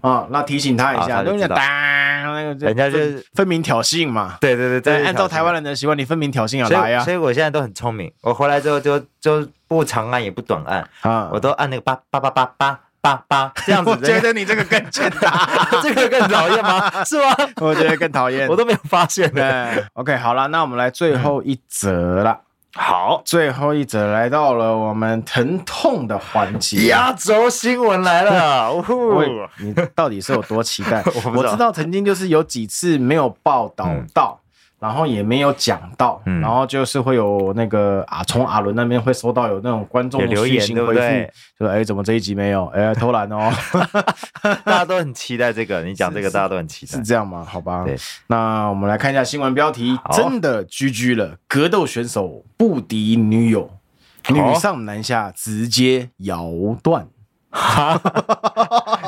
Speaker 1: 啊，那提醒他一
Speaker 2: 啊
Speaker 1: 下，
Speaker 2: 他就
Speaker 1: 对不对？
Speaker 2: 知道
Speaker 1: 哒，那个
Speaker 2: 人家就是
Speaker 1: 分分明挑衅嘛。
Speaker 2: 对对对，这
Speaker 1: 对，
Speaker 2: 是
Speaker 1: 按照
Speaker 2: 挑衅
Speaker 1: 台湾人的习惯，你分明挑衅啊，
Speaker 2: 所以
Speaker 1: 来呀
Speaker 2: 所以我现在都很聪明，我回来之后就就不长按也不短按，
Speaker 1: 啊！
Speaker 2: 我都按那个八八八八八八八这样子。
Speaker 1: 我觉得你这个更欠打，
Speaker 2: 这个更讨厌吗？是吗？
Speaker 1: 我觉得更讨厌
Speaker 2: 我。都没有发现呢。
Speaker 1: 对，OK，好了，那我们来最后一则了。
Speaker 2: 好，
Speaker 1: 最后一则来到了我们疼痛的环节。
Speaker 2: 压轴新闻来 了，呜呼
Speaker 1: 我也你到底是有多期待
Speaker 2: 我不知？道
Speaker 1: 我知道曾经就是有几次没有报道到，然后也没有讲到，
Speaker 2: 嗯
Speaker 1: 然后就是会有那个啊，从阿伦那边会收到有那种观众
Speaker 2: 有留言
Speaker 1: 讯息
Speaker 2: 对不
Speaker 1: 回
Speaker 2: 对
Speaker 1: 复，就说哎，怎么这一集没有？哎，偷懒 哦，
Speaker 2: 大家都很期待这个，你讲这个大家都很期待
Speaker 1: 是。这样吗？好吧
Speaker 2: 对，
Speaker 1: 那我们来看一下新闻标题
Speaker 2: 好：
Speaker 1: 真的居居了，格斗选手不敌女友，女上男下直接摇断。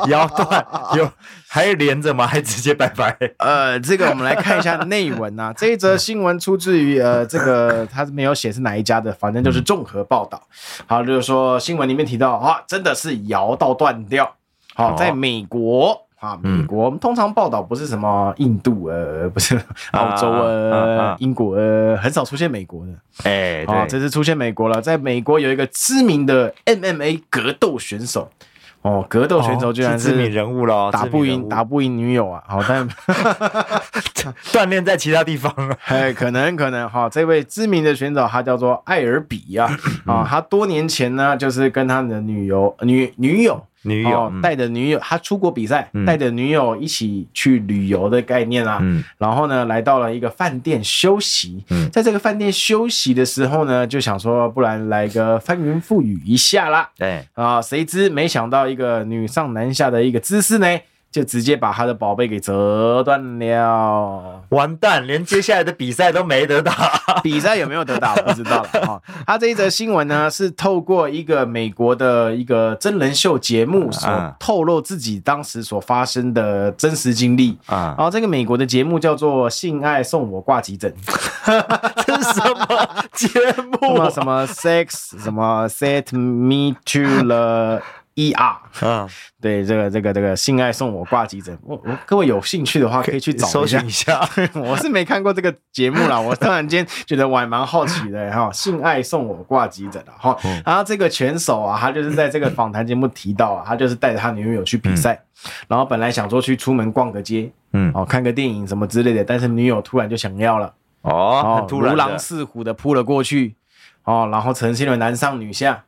Speaker 2: 摇断有还连着吗？还直接拜拜？
Speaker 1: 呃，这个我们来看一下内文 啊。这一则新闻出自于呃，这个它没有写是哪一家的，反正就是综合报道。好，就是说新闻里面提到啊，真的是摇到断掉。好，
Speaker 2: 哦
Speaker 1: 在美国。啊，
Speaker 2: 嗯
Speaker 1: 美国、我们通常报道不是什么印度呃，不是 澳洲呃、
Speaker 2: 啊啊
Speaker 1: 英国呃，很少出现美国的。
Speaker 2: 哎，
Speaker 1: 啊，这
Speaker 2: 对，
Speaker 1: 次出现美国了，在美国有一个知名的 MMA 格斗选手，哦，格斗选手居然
Speaker 2: 是知名人物喽，
Speaker 1: 打
Speaker 2: 知名
Speaker 1: 不
Speaker 2: 人
Speaker 1: 赢
Speaker 2: 物
Speaker 1: 打不赢女友啊，好，但
Speaker 2: 锻炼在其他地方了。
Speaker 1: 哎，可能可能哈、这位知名的选手他叫做艾尔比 啊，啊，他多年前呢，就是跟他的女友女女友。
Speaker 2: 女友
Speaker 1: 哦
Speaker 2: 嗯
Speaker 1: 带着女友，他出国比赛，带着女友一起去旅游的概念啊，
Speaker 2: 嗯
Speaker 1: 然后呢，来到了一个饭店休息。
Speaker 2: 嗯
Speaker 1: 在这个饭店休息的时候呢，就想说，不然来个翻云覆雨一下啦。
Speaker 2: 哎，
Speaker 1: 啊，谁知没想到一个女上男下的一个姿势呢，就直接把他的宝贝给折断了。
Speaker 2: 完蛋，连接下来的比赛都没得打。
Speaker 1: 比赛有没有得 到不知道了哈。他这一则新闻呢，是透过一个美国的一个真人秀节目所
Speaker 2: 啊
Speaker 1: 透露自己当时所发生的真实经历。然
Speaker 2: 啊，
Speaker 1: 后这个美国的节目叫做《性爱送我挂急诊》，
Speaker 2: 这是什么节
Speaker 1: 什
Speaker 2: 目
Speaker 1: 么
Speaker 2: 啊？
Speaker 1: 什么 sex 什么 set me to the ER，
Speaker 2: 嗯，
Speaker 1: 对这个这个这个性爱送我挂急诊，我我各位有兴趣的话可以去找
Speaker 2: 搜
Speaker 1: 一下
Speaker 2: 寻一。下。
Speaker 1: 我是没看过这个节目啦，我突然间觉得我还蛮好奇的哈，性爱送我挂急诊啊哈。然后这个拳手啊，他就是在这个访谈节目提到啊，他就是带着他女友去比赛，然后本来想说去出门逛个街，
Speaker 2: 嗯，
Speaker 1: 哦看个电影什么之类的，但是女友突然就想要了，
Speaker 2: 哦，很突然
Speaker 1: 如
Speaker 2: 的
Speaker 1: 狼似虎的扑了过去，哦，然后呈现了男上女下，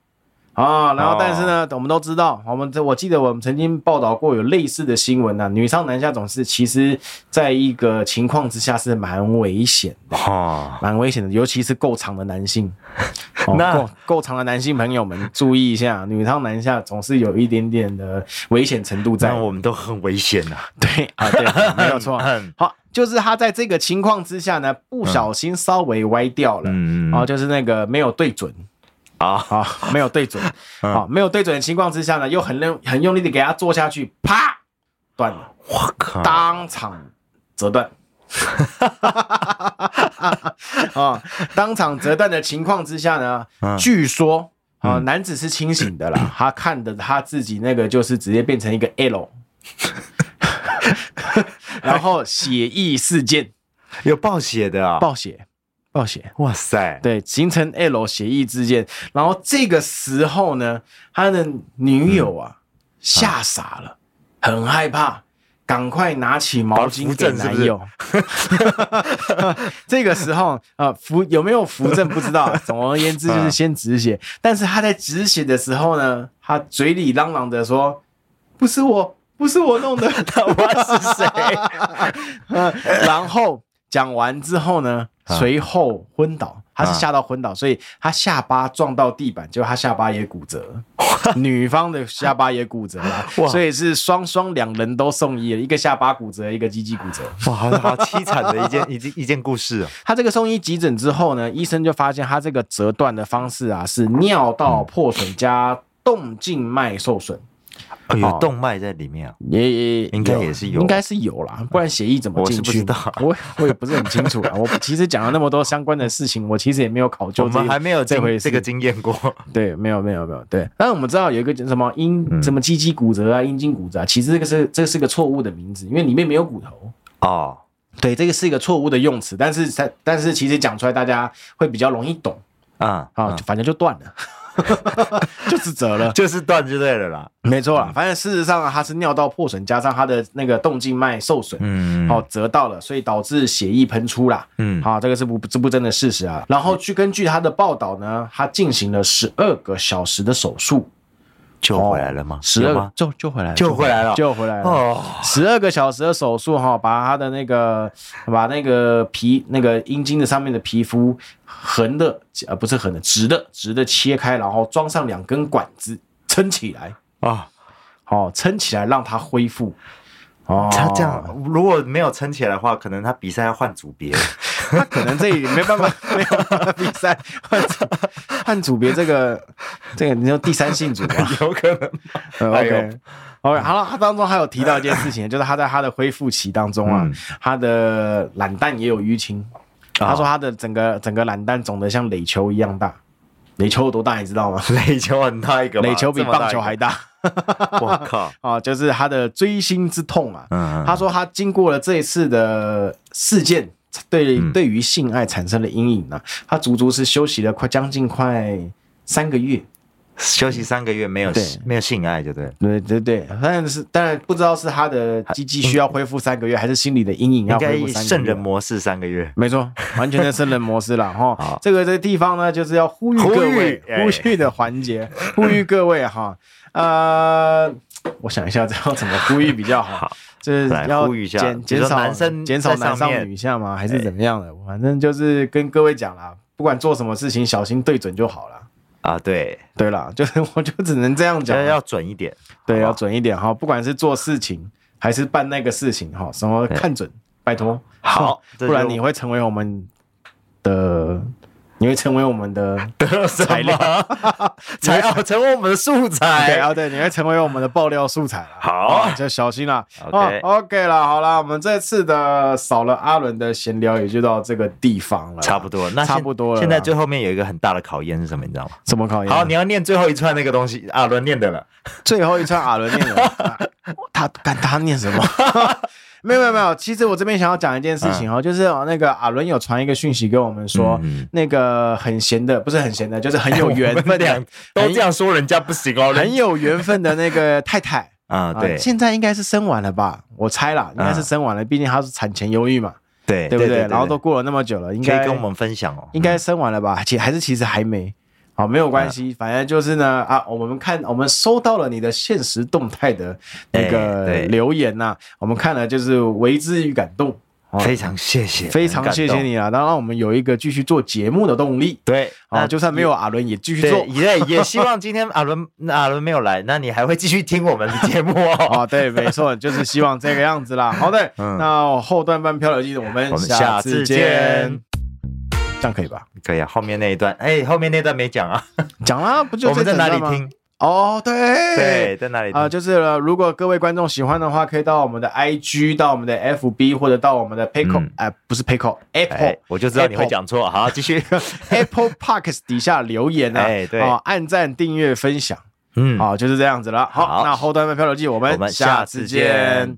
Speaker 1: 啊、然后但是呢，
Speaker 2: 哦
Speaker 1: 我们都知道，我们这我记得我们曾经报道过有类似的新闻呢、啊女上男下总是其实在一个情况之下是蛮危险的。
Speaker 2: 哦，
Speaker 1: 蛮危险的，尤其是够长的男性，哦、
Speaker 2: 那
Speaker 1: 够够长的男性朋友们注意一下，女上男下总是有一点点的危险程度在
Speaker 2: 那。我们都很危险呐。。
Speaker 1: 对啊，对，没有错
Speaker 2: 嗯
Speaker 1: 好，就是他在这个情况之下呢，不小心稍微歪掉了，
Speaker 2: 嗯
Speaker 1: 然后哦就是那个没有对准。
Speaker 2: 啊，
Speaker 1: 啊，没有对准，
Speaker 2: 嗯
Speaker 1: 啊，没有对准的情况之下呢，又很用很用力的给他做下去，啪，断了，
Speaker 2: 我靠，
Speaker 1: 当场折断。 啊，当场折断的情况之下呢，
Speaker 2: 嗯
Speaker 1: 据说啊，男子是清醒的啦，他看的他自己那个就是直接变成一个 L，然后血溢事件，
Speaker 2: 有暴血的啊！
Speaker 1: 暴血，暴血，
Speaker 2: 哇塞，
Speaker 1: 对，形成 L 协议之间。然后这个时候呢，他的女友啊、吓傻了，很害怕，赶快拿起毛巾给男友。 这个时候啊，扶有没有扶正不知道，总而言之就是先止血。但是他在止血的时候呢，他嘴里嚷嚷着说：“不是我，不是我弄的。”
Speaker 2: 那我是谁？ 啊
Speaker 1: 然后讲完之后呢，随后昏倒，他是吓到昏倒，所以他下巴撞到地板，结果他下巴也骨折，女方的下巴也骨折了，
Speaker 2: 哇
Speaker 1: 所以是双双两人都送医了，一个下巴骨折，一个鸡鸡骨折。
Speaker 2: 哇，好好凄惨的一件 一件一件故事哦。
Speaker 1: 他这个送医急诊之后呢，医生就发现他这个折断的方式啊是尿道破损加动静脉受损，
Speaker 2: 哦有
Speaker 1: 哦
Speaker 2: 动脉在里面啊。
Speaker 1: 也也啊
Speaker 2: 应该也是有啊
Speaker 1: 应该是有啦，不然血液怎么
Speaker 2: 我是
Speaker 1: 进
Speaker 2: 不
Speaker 1: 去？
Speaker 2: 知道啊
Speaker 1: 我我也不是很清楚啊。我其实讲了那么多相关的事情，我其实也没有考究
Speaker 2: 我
Speaker 1: 这，
Speaker 2: 们还没有
Speaker 1: 这
Speaker 2: 经
Speaker 1: 回
Speaker 2: 这
Speaker 1: 事
Speaker 2: 个经验过，
Speaker 1: 对，没有没有没有对。但是我们知道有一个什么
Speaker 2: 嗯
Speaker 1: 阴什么鸡鸡骨折啊、阴茎骨折啊，其实这个是这是个错误的名字，因为里面没有骨头。
Speaker 2: 哦，
Speaker 1: 对，这个是一个错误的用词，但是它但是其实讲出来大家会比较容易懂
Speaker 2: 啊
Speaker 1: 啊，
Speaker 2: 嗯
Speaker 1: 就反正就断了， 就是折了。
Speaker 2: 就是断就对了啦。
Speaker 1: 没错啦，反正事实上啊它是尿道破损，加上它的那个动静脉受损，
Speaker 2: 嗯，
Speaker 1: 好、，哦折到了，所以导致血液喷出啦。
Speaker 2: 嗯
Speaker 1: 好、这个是不这不争的事实啊。然后据根据他的报道呢，他进行了十二个小时的手术，
Speaker 2: 救回来了吗？
Speaker 1: 十
Speaker 2: 有
Speaker 1: 二
Speaker 2: 吗？
Speaker 1: 就就回来了，
Speaker 2: 救回来了
Speaker 1: 救回来了。
Speaker 2: 哦，
Speaker 1: 十二个小时的手术哈、把他的那个把那个皮那个阴茎的上面的皮肤横的呃不是横的直的直的切开，然后装上两根管子撑起来，
Speaker 2: 啊，
Speaker 1: 哦撑起来让它恢复。哦，
Speaker 2: 他这样如果没有撑起来的话，可能他比赛要换组别。
Speaker 1: 他可能这里没办法，没有办法比赛换组换组别这个这个，你说第三性组啊
Speaker 2: 有可能。
Speaker 1: 呃
Speaker 2: 哎呦
Speaker 1: ？OK。OK，好了，他当中还有提到一件事 情，就是他在他的恢复期当中啊
Speaker 2: 嗯，啊
Speaker 1: 他的懒蛋也有淤青。他说他的整个整个懒蛋肿得像垒球一样大，垒球有多大你知道吗？
Speaker 2: 垒球很大一个吧，
Speaker 1: 垒球比
Speaker 2: 这么大
Speaker 1: 棒球还
Speaker 2: 一个。
Speaker 1: 大
Speaker 2: 我靠！
Speaker 1: 啊，就是他的锥心之痛啊。
Speaker 2: 嗯，
Speaker 1: 他说他经过了这一次的事件，对
Speaker 2: 嗯
Speaker 1: 对于性爱产生了阴影呢、他足足是休息了快将近快三个月。
Speaker 2: 休息三个月没有
Speaker 1: 对
Speaker 2: 没有性爱，就对了。
Speaker 1: 对对对，但是当然不知道是他的鸡鸡需要恢复三个月，还是心理的阴影
Speaker 2: 应
Speaker 1: 要
Speaker 2: 该
Speaker 1: 恢复三个
Speaker 2: 圣人
Speaker 1: 月。
Speaker 2: 模式三个月。
Speaker 1: 没 错，完全的圣人模式了哈
Speaker 2: 好。
Speaker 1: 这个这个地方呢，就是要呼吁
Speaker 2: 呼吁
Speaker 1: 各位
Speaker 2: 哎
Speaker 1: 呼吁的环 节，呼吁各位哈。呃，我想一下这要怎么呼吁比较好，就是
Speaker 2: 来
Speaker 1: 要
Speaker 2: 呼吁一下
Speaker 1: 减
Speaker 2: 比如
Speaker 1: 减
Speaker 2: 说
Speaker 1: 少
Speaker 2: 男生
Speaker 1: 减少
Speaker 2: 在
Speaker 1: 男
Speaker 2: 上
Speaker 1: 上
Speaker 2: 面哎
Speaker 1: 女下吗？还是怎么样的？反正就是跟各位讲啦，不管做什么事情，小心对准就好了。
Speaker 2: 啊，对，
Speaker 1: 对啦， 就是我就只能这样讲
Speaker 2: 哎要
Speaker 1: 啦，
Speaker 2: 要准一点。
Speaker 1: 对，
Speaker 2: 好吧
Speaker 1: 要准一点哈，不管是做事情还是办那个事情哈，什么
Speaker 2: 哎
Speaker 1: 看准，拜托。
Speaker 2: 好 这就
Speaker 1: 不然你会成为我们的，你会成为我们 的，
Speaker 2: 得材料， 材
Speaker 1: 哦
Speaker 2: 料成为我们的素
Speaker 1: 对
Speaker 2: 材。
Speaker 1: 啊，对，你会成为我们的爆料素材了。
Speaker 2: 好
Speaker 1: 啊就小心啦。
Speaker 2: OK
Speaker 1: 哦 OK 了，好啦，我们这次的少了阿伦的闲聊也就到这个地方了，
Speaker 2: 差不多，那
Speaker 1: 差
Speaker 2: 现
Speaker 1: 不多了啦。哎
Speaker 2: 现在最后面有一个很大的考验是什么？你知道吗？
Speaker 1: 怎么考验？
Speaker 2: 好，你要念最后一串那个东西，阿伦念的了。
Speaker 1: 最后一串阿伦念什么？啊 他看他念什么？ 没有没有没有，其实我这边想要讲一件事情哦，就是哦那个阿伦有传一个讯息给我们说，
Speaker 2: 嗯
Speaker 1: 那个很闲的，不是很闲的，就是很有缘
Speaker 2: 我们
Speaker 1: 分的
Speaker 2: 俩，都这样说人家不行哦，
Speaker 1: 很有缘分的那个太太
Speaker 2: 啊，对
Speaker 1: 现在应该是生完了吧？我猜啦，应该是
Speaker 2: 嗯
Speaker 1: 生完了，毕竟她是产前忧郁嘛，
Speaker 2: 对
Speaker 1: 对不对？然后都过了那么久了，应
Speaker 2: 可以
Speaker 1: 该
Speaker 2: 跟我们分享哦。
Speaker 1: 应该生完了吧？ 其还是其实还没。好，没有关系，
Speaker 2: 嗯
Speaker 1: 反正就是呢啊，我们看我们收到了你的现实动态的那
Speaker 2: 哎
Speaker 1: 个
Speaker 2: 对
Speaker 1: 留言呐、我们看了就是为之与感动，
Speaker 2: 哦非常谢谢，
Speaker 1: 非常谢谢
Speaker 2: 很感动。
Speaker 1: 你啊！当然，我们有一个继续做节目的动力。
Speaker 2: 对，
Speaker 1: 啊，
Speaker 2: 那
Speaker 1: 就算没有阿伦也继续做
Speaker 2: 对，也也希望今天阿伦那阿伦没有来，那你还会继续听我们的节目 哦。
Speaker 1: 哦， 对，没错，就是希望这个样子啦。好的，
Speaker 2: 嗯
Speaker 1: 那后段半漂流记，我们
Speaker 2: 我们下
Speaker 1: 次
Speaker 2: 次
Speaker 1: 见
Speaker 2: 见。
Speaker 1: 这样可以吧？
Speaker 2: 可以啊，后面那一段，哎，后面那段没讲啊，
Speaker 1: 讲啦， 不就
Speaker 2: 我们
Speaker 1: 这整
Speaker 2: 在哪里
Speaker 1: 段吗？
Speaker 2: 听？
Speaker 1: 哦，对
Speaker 2: 对，。在哪里
Speaker 1: 啊、
Speaker 2: 听？
Speaker 1: 就是呃如果各位观众喜欢的话，可以到我们的 IG，到我们的 FB，或者到我们的 Pico，哎、
Speaker 2: 嗯
Speaker 1: 不是 Pico，Apple，、
Speaker 2: 哎，我就知道你会
Speaker 1: Apple
Speaker 2: 讲错，好，继 续。
Speaker 1: Apple Parks 底下留言啊，
Speaker 2: 哎对
Speaker 1: 哦，按赞、订阅、分享，哦
Speaker 2: 嗯
Speaker 1: 好、就是这样子了。好，
Speaker 2: 好
Speaker 1: 那后端的漂流记，我们
Speaker 2: 我们
Speaker 1: 下
Speaker 2: 下
Speaker 1: 次
Speaker 2: 次
Speaker 1: 见
Speaker 2: 见。